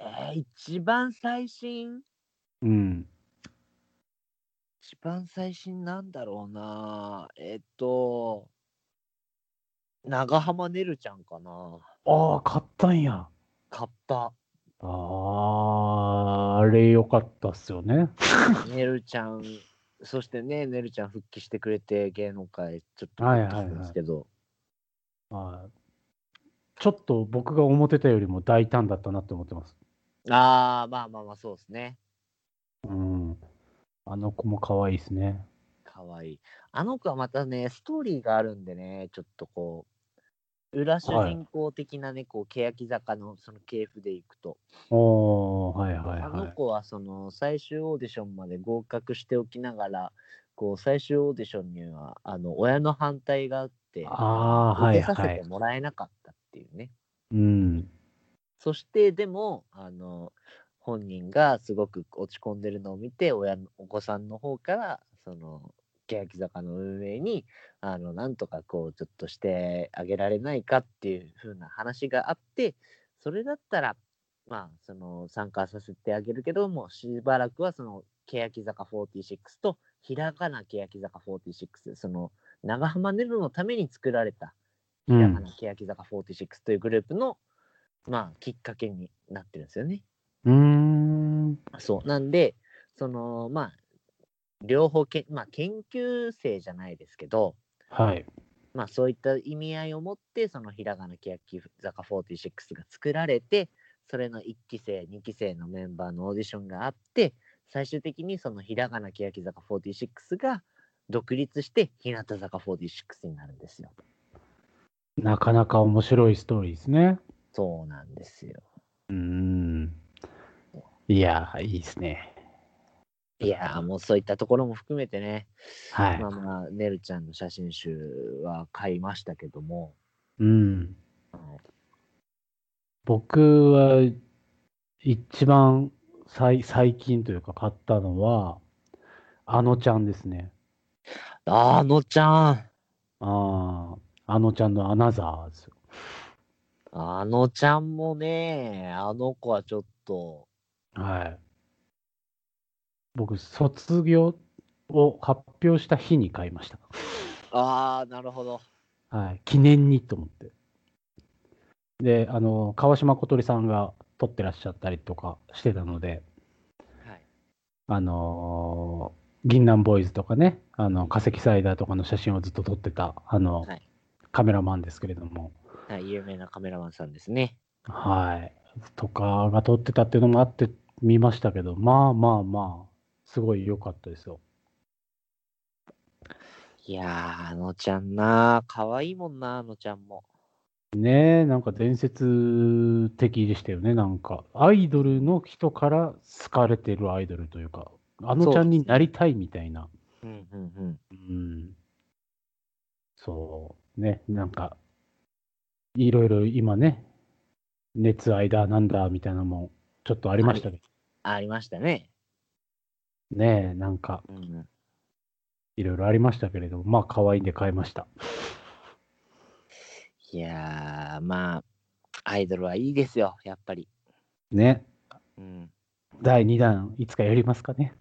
[SPEAKER 1] えー、一番最新
[SPEAKER 2] うん。
[SPEAKER 1] 一番最新なんだろうな。えっと、長浜ねるちゃんかな。
[SPEAKER 2] ああ、買ったんや。
[SPEAKER 1] 買った。
[SPEAKER 2] ああ、あれ良かったっすよね。
[SPEAKER 1] ねるちゃん、そしてね、ねるちゃん復帰してくれて、芸能界、ちょっと
[SPEAKER 2] はい
[SPEAKER 1] 復
[SPEAKER 2] はい
[SPEAKER 1] 帰
[SPEAKER 2] はい
[SPEAKER 1] したんですけど。
[SPEAKER 2] はいちょっと僕が思ってたよりも大胆だったなって思ってます。
[SPEAKER 1] ああ、まあまあまあ、そうですね。
[SPEAKER 2] うん。あの子も可愛いですね。
[SPEAKER 1] かわいい。あの子はまたね、ストーリーがあるんでね、ちょっとこう、裏主人公的なね、こう、欅坂のその系譜でいくと、
[SPEAKER 2] おー、はいはい
[SPEAKER 1] あの
[SPEAKER 2] はい。
[SPEAKER 1] 子はその最終オーディションまで合格しておきながら、こう、最終オーディションには、あの、親の反対があって、
[SPEAKER 2] あー、は
[SPEAKER 1] 受
[SPEAKER 2] い
[SPEAKER 1] けさせ
[SPEAKER 2] は
[SPEAKER 1] て
[SPEAKER 2] い。
[SPEAKER 1] もらえなかったっていうね。
[SPEAKER 2] うん。
[SPEAKER 1] そしてでもあの本人がすごく落ち込んでるのを見て親のお子さんの方からその欅坂の運営にあのなんとかこうちょっとしてあげられないかっていう風な話があってそれだったらまあその参加させてあげるけどもしばらくはその欅坂46とひらがな欅坂46その長浜ねるのために作られた
[SPEAKER 2] う
[SPEAKER 1] ひらが
[SPEAKER 2] ん
[SPEAKER 1] な。欅坂46というグループの、まあ、きっかけになってるんですよね。
[SPEAKER 2] うーん。
[SPEAKER 1] そう。なんで、その、まあ、両方け、まあ、研究生じゃないですけど、
[SPEAKER 2] はい。
[SPEAKER 1] まあ、そういった意味合いを持って、そのひらがな欅坂46が作られて、それの1期生、2期生のメンバーのオーディションがあって、最終的にそのひらがな欅坂46が独立して、日向坂46になるんですよ。
[SPEAKER 2] なかなか面白いストーリーですね。
[SPEAKER 1] そうなんですよ。
[SPEAKER 2] うん。いやー、いいですね。
[SPEAKER 1] いやーもうそういったところも含めてね、
[SPEAKER 2] はい
[SPEAKER 1] まあ。まあ、ねるちゃんの写真集は買いましたけども、
[SPEAKER 2] うん。僕は一番最最近というか買ったのは、あのちゃんですね。
[SPEAKER 1] あのちゃん、
[SPEAKER 2] ああ、あのちゃんのアナザーですよ。
[SPEAKER 1] あのちゃんもね、あの子はちょっと、
[SPEAKER 2] はい。僕、卒業を発表した日に買いました。
[SPEAKER 1] ああ、なるほど。
[SPEAKER 2] はい。記念にと思って。で、あの、川島小鳥さんが撮ってらっしゃったりとかしてたので、
[SPEAKER 1] はい、
[SPEAKER 2] あのー銀杏ボーイズとかね、あの、化石サイダーとかの写真をずっと撮ってた、あの、
[SPEAKER 1] はい
[SPEAKER 2] カメラマンですけれども、
[SPEAKER 1] はい、有名なカメラマンさんですね。
[SPEAKER 2] はい。とかが撮ってたっていうのもあって見ましたけど、まあまあまあ、すごい良かったですよ。
[SPEAKER 1] いやー、あのちゃんな、可愛いもんな、あのちゃんも。
[SPEAKER 2] ねえ、なんか伝説的でしたよね、なんか。アイドルの人から好かれてるアイドルというか、あのちゃんになりたいみたいな。
[SPEAKER 1] うんうんうん。
[SPEAKER 2] うん。そう。ね、なんか、いろいろ今ね、熱愛だなんだみたいなのもちょっとありましたけど、
[SPEAKER 1] ありましたね。
[SPEAKER 2] ねえ、なんか、
[SPEAKER 1] うん、
[SPEAKER 2] いろいろありましたけれども、まあ、可愛いんで買いました。
[SPEAKER 1] いやー、まあ、アイドルはいいですよ、やっぱり。
[SPEAKER 2] ね。
[SPEAKER 1] うん、
[SPEAKER 2] 第2弾、いつかやりますかね。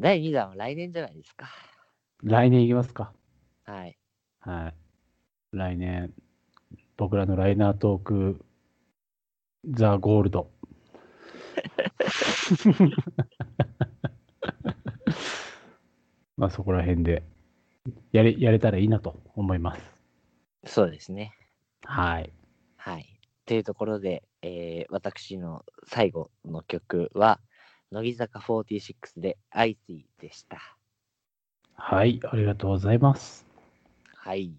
[SPEAKER 1] 第2弾は来年じゃないですか。
[SPEAKER 2] 来年行きますか。
[SPEAKER 1] はい。
[SPEAKER 2] はい。来年、僕らのライナートーク、ザ・ゴールド。まあそこら辺でやれやれたらいいなと思います。
[SPEAKER 1] そうですね。
[SPEAKER 2] はい。
[SPEAKER 1] はい。というところで、えー私の最後の曲は、乃木坂46で I see でした。
[SPEAKER 2] はい、ありがとうございます。
[SPEAKER 1] はい。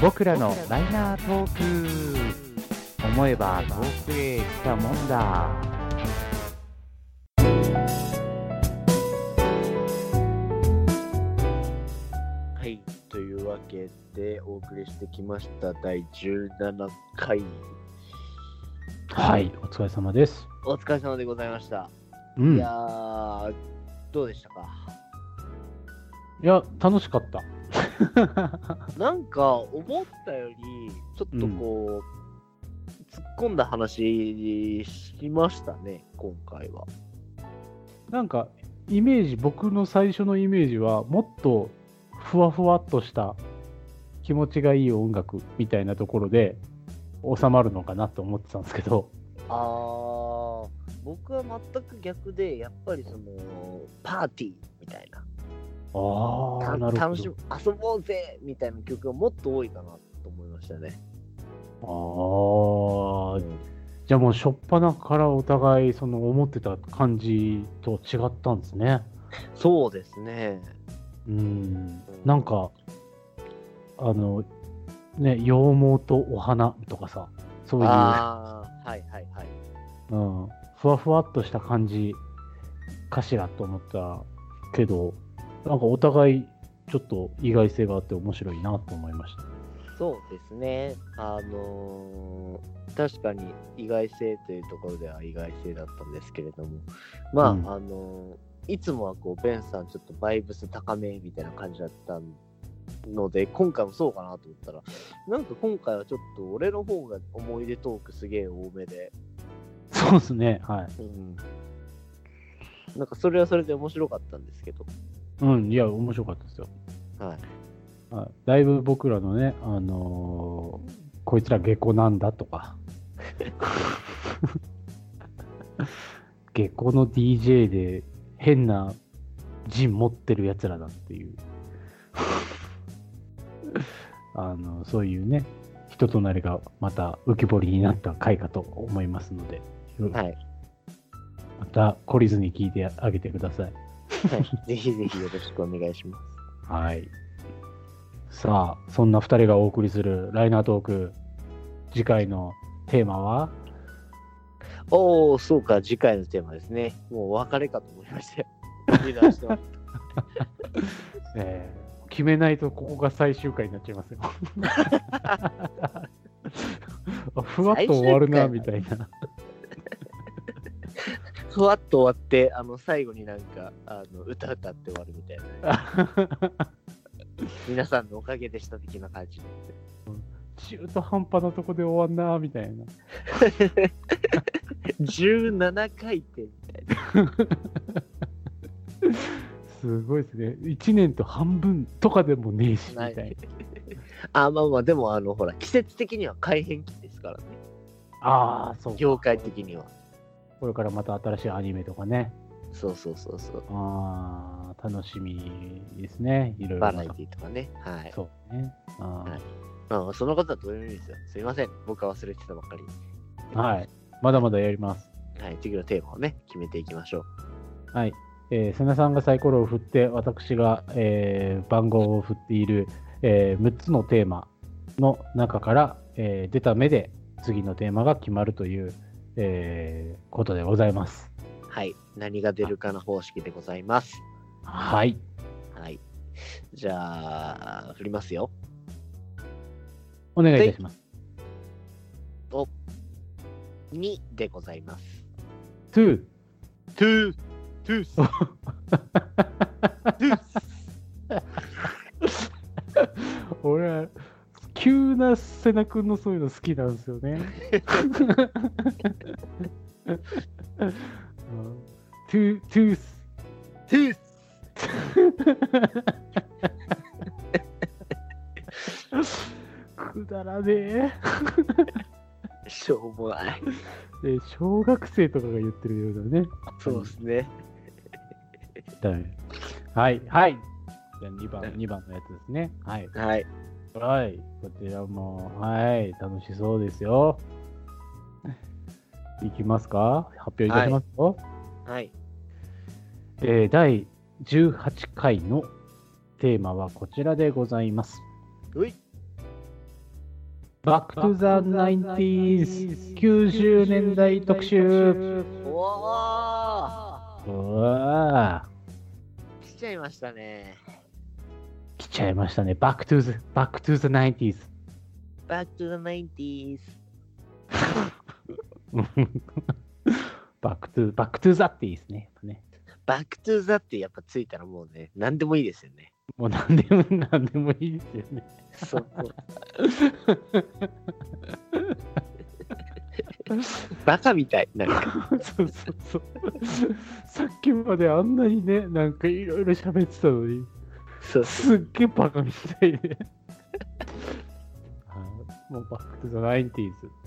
[SPEAKER 3] 僕らのライナートーク思えば遠くへ来たもんだ
[SPEAKER 1] はい。というわけで、お送りしてきました第17回。
[SPEAKER 2] はい、お疲れ様です。
[SPEAKER 1] お疲れ様でございました。
[SPEAKER 2] うん。
[SPEAKER 1] い
[SPEAKER 2] い
[SPEAKER 1] や
[SPEAKER 2] や、
[SPEAKER 1] ー、どうでしたか
[SPEAKER 2] 楽しかった。
[SPEAKER 1] なんか思ったより、ちょっとこう、突っ込んだ話しましたね、今回は。
[SPEAKER 2] なんか、イメージ、僕の最初のイメージは、もっとふわふわっとした気持ちがいい音楽みたいなところで収まるのかなと思ってたんですけど、
[SPEAKER 1] あー、僕は全く逆で、やっぱりその、パーティーみたいな、
[SPEAKER 2] あ
[SPEAKER 1] た
[SPEAKER 2] あ、なるほ
[SPEAKER 1] 楽し
[SPEAKER 2] ど
[SPEAKER 1] む、遊ぼうぜみたいな曲がもっと多いかなと思いましたね。。
[SPEAKER 2] ああー、じゃあもう、初っ端からお互い、その思ってた感じと違ったんですね。
[SPEAKER 1] そうですね。
[SPEAKER 2] うんなんか、あの、ね、羊毛とお花とかさ、そういう、
[SPEAKER 1] あー、はいはいはい。
[SPEAKER 2] うん、ふわふわっとした感じかしらと思ったけど、なんかお互い、ちょっと意外性があって面白いなと思いました。
[SPEAKER 1] そうですね。あのー確かに意外性というところでは意外性だったんですけれども、まあ、
[SPEAKER 2] うん
[SPEAKER 1] あのーいつもはこう、ベンさんちょっとバイブス高めみたいな感じだったので、今回もそうかなと思ったら、なんか今回はちょっと俺の方が思い出トークすげえ多めで、
[SPEAKER 2] そうですね、はい。
[SPEAKER 1] うん。なんかそれはそれで面白かったんですけど、
[SPEAKER 2] うん、いや、面白かったですよ。
[SPEAKER 1] はい。
[SPEAKER 2] あだいぶ僕らのね、あのーこいつら下戸なんだとか、下戸の DJ で変な陣持ってるやつらだっていう、あのそういうね、人となりがまた浮き彫りになった回かと思いますので、
[SPEAKER 1] はい。
[SPEAKER 2] また懲りずに聞いてあげてください。
[SPEAKER 1] はい、ぜひぜひよろしくお願いします。
[SPEAKER 2] はい。さあ、そんな2人がお送りするライナートーク、次回のテーマは
[SPEAKER 1] おお、そうか、次回のテーマですね。もうお別れかと思いましたよ。油断して ます
[SPEAKER 2] えー決めないとここが最終回になっちゃい ますよ。あふわっと終わるな、みたいな。
[SPEAKER 1] ふわっと終わって、あの最後になんかあの歌歌って終わるみたいな、皆さんのおかげでした的な感じで。
[SPEAKER 2] 中途半端なとこで終わんな、みたいな。
[SPEAKER 1] 17回転。
[SPEAKER 2] すごいですね。1年と半分とかでもねえし、みたいな
[SPEAKER 1] な。いあ、まあまあ、でも、あの、ほら、季節的には改変期ですからね。
[SPEAKER 2] ああ、そうか。
[SPEAKER 1] 業界的には。
[SPEAKER 2] これからまた新しいアニメとかね。
[SPEAKER 1] そうそうそうそう。
[SPEAKER 2] ああ、楽しみですね。いろいろ
[SPEAKER 1] バ
[SPEAKER 2] また。
[SPEAKER 1] ラエティとかね。はい。
[SPEAKER 2] そうね。あ
[SPEAKER 1] はいまあ、そのことはどうでもいいですよ。すいません。僕は忘れてたばっかり。
[SPEAKER 2] ーはい。まだまだやります。
[SPEAKER 1] はい。次のテーマをね、決めていきましょう。
[SPEAKER 2] はい。えー、瀬名さんがサイコロを振って、私が、えー番号を振っている、え6つのテーマの中から、えー出た目で次のテーマが決まるという、えーことでございます。
[SPEAKER 1] はい。何が出るかの方式でございます。
[SPEAKER 2] はい。
[SPEAKER 1] はい。じゃあ、振りますよ。
[SPEAKER 2] お願いいたします。
[SPEAKER 1] 2でございます。
[SPEAKER 2] 2!
[SPEAKER 1] トゥー、ト ゥース、トゥー
[SPEAKER 2] 俺は急な瀬名君のそういうの好きなんですよ ね。 うんトゥトゥース
[SPEAKER 1] トゥース。
[SPEAKER 2] くだらね
[SPEAKER 1] しょうもない。
[SPEAKER 2] え。で小学生とかが言ってるようだね。
[SPEAKER 1] そうですね。
[SPEAKER 2] ダメ。はい、はい。じゃあ2番、二番のやつですね。はい。
[SPEAKER 1] はい。
[SPEAKER 2] はい。こちらも、はい。楽しそうですよ。いきますか発表いたしますよ。
[SPEAKER 1] はい。
[SPEAKER 2] えー第18回のテーマはこちらでございます。
[SPEAKER 1] うい。
[SPEAKER 2] バックトゥザ 90s90 年代特集。
[SPEAKER 1] お
[SPEAKER 2] うわ
[SPEAKER 1] ー来ちゃいましたね。
[SPEAKER 2] ー来ちゃいましたね。バックトゥザ、バックトゥザ 90s。
[SPEAKER 1] Back to the 90s。
[SPEAKER 2] バックトゥ、バックトゥザっていいですね。やっぱね。
[SPEAKER 1] Back to the ってやっぱついたらもうね、何でもいいですよね。
[SPEAKER 2] もう何でも、何でもいいですよね。
[SPEAKER 1] そう。バカみたい。なんか。
[SPEAKER 2] そうそうそう。さっきまであんなにね、なんかいろいろ喋ってたのに、
[SPEAKER 1] そうそう。
[SPEAKER 2] すっげえバカみたい で。あーもうバックトゥザ 90s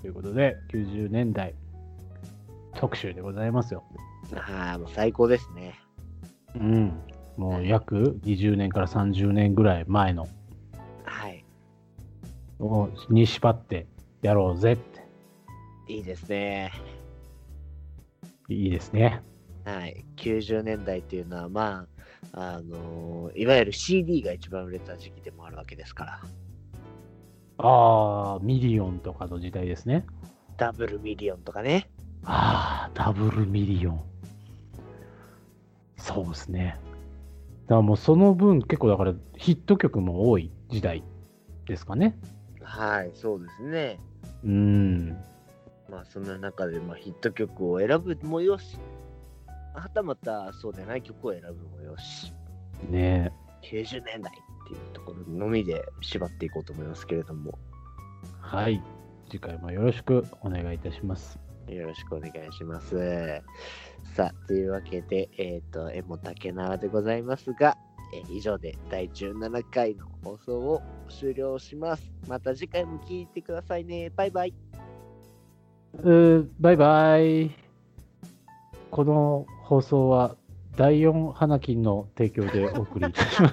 [SPEAKER 2] ということで、90年代特集でございますよ。
[SPEAKER 1] ああ、もう最高ですね。
[SPEAKER 2] うん。もう約20年から30年ぐらい前の
[SPEAKER 1] はい。
[SPEAKER 2] をに縛ってやろうぜって。
[SPEAKER 1] いいですね。
[SPEAKER 2] いいですね。
[SPEAKER 1] はい。90年代っていうのは、まあ、あのーいわゆる CD が一番売れた時期でもあるわけですから。
[SPEAKER 2] ああ、ミリオンとかの時代ですね。
[SPEAKER 1] ダブルミリオンとかね。
[SPEAKER 2] ああ、ダブルミリオン。そうですね。だからもうその分結構だからヒット曲も多い時代ですかね。
[SPEAKER 1] はい、そうですね。
[SPEAKER 2] うん。
[SPEAKER 1] まあ、そんな中で、まあ、ヒット曲を選ぶもよし、はたまたそうでない曲を選ぶもよし、
[SPEAKER 2] ね
[SPEAKER 1] 90年代っていうところのみで縛っていこうと思いますけれども、
[SPEAKER 2] え。はい。次回もよろしくお願いいたします。
[SPEAKER 1] よろしくお願いします。さあ、というわけで、えっ、と、絵も竹縄でございますが、えー以上で第17回の放送を終了します。また次回も聞いてくださいね。バイバイ。
[SPEAKER 2] うーバイバイ。この放送は第4花金の提供でお送りいたしま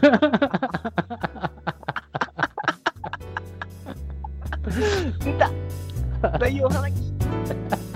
[SPEAKER 2] す。
[SPEAKER 1] 出た第4話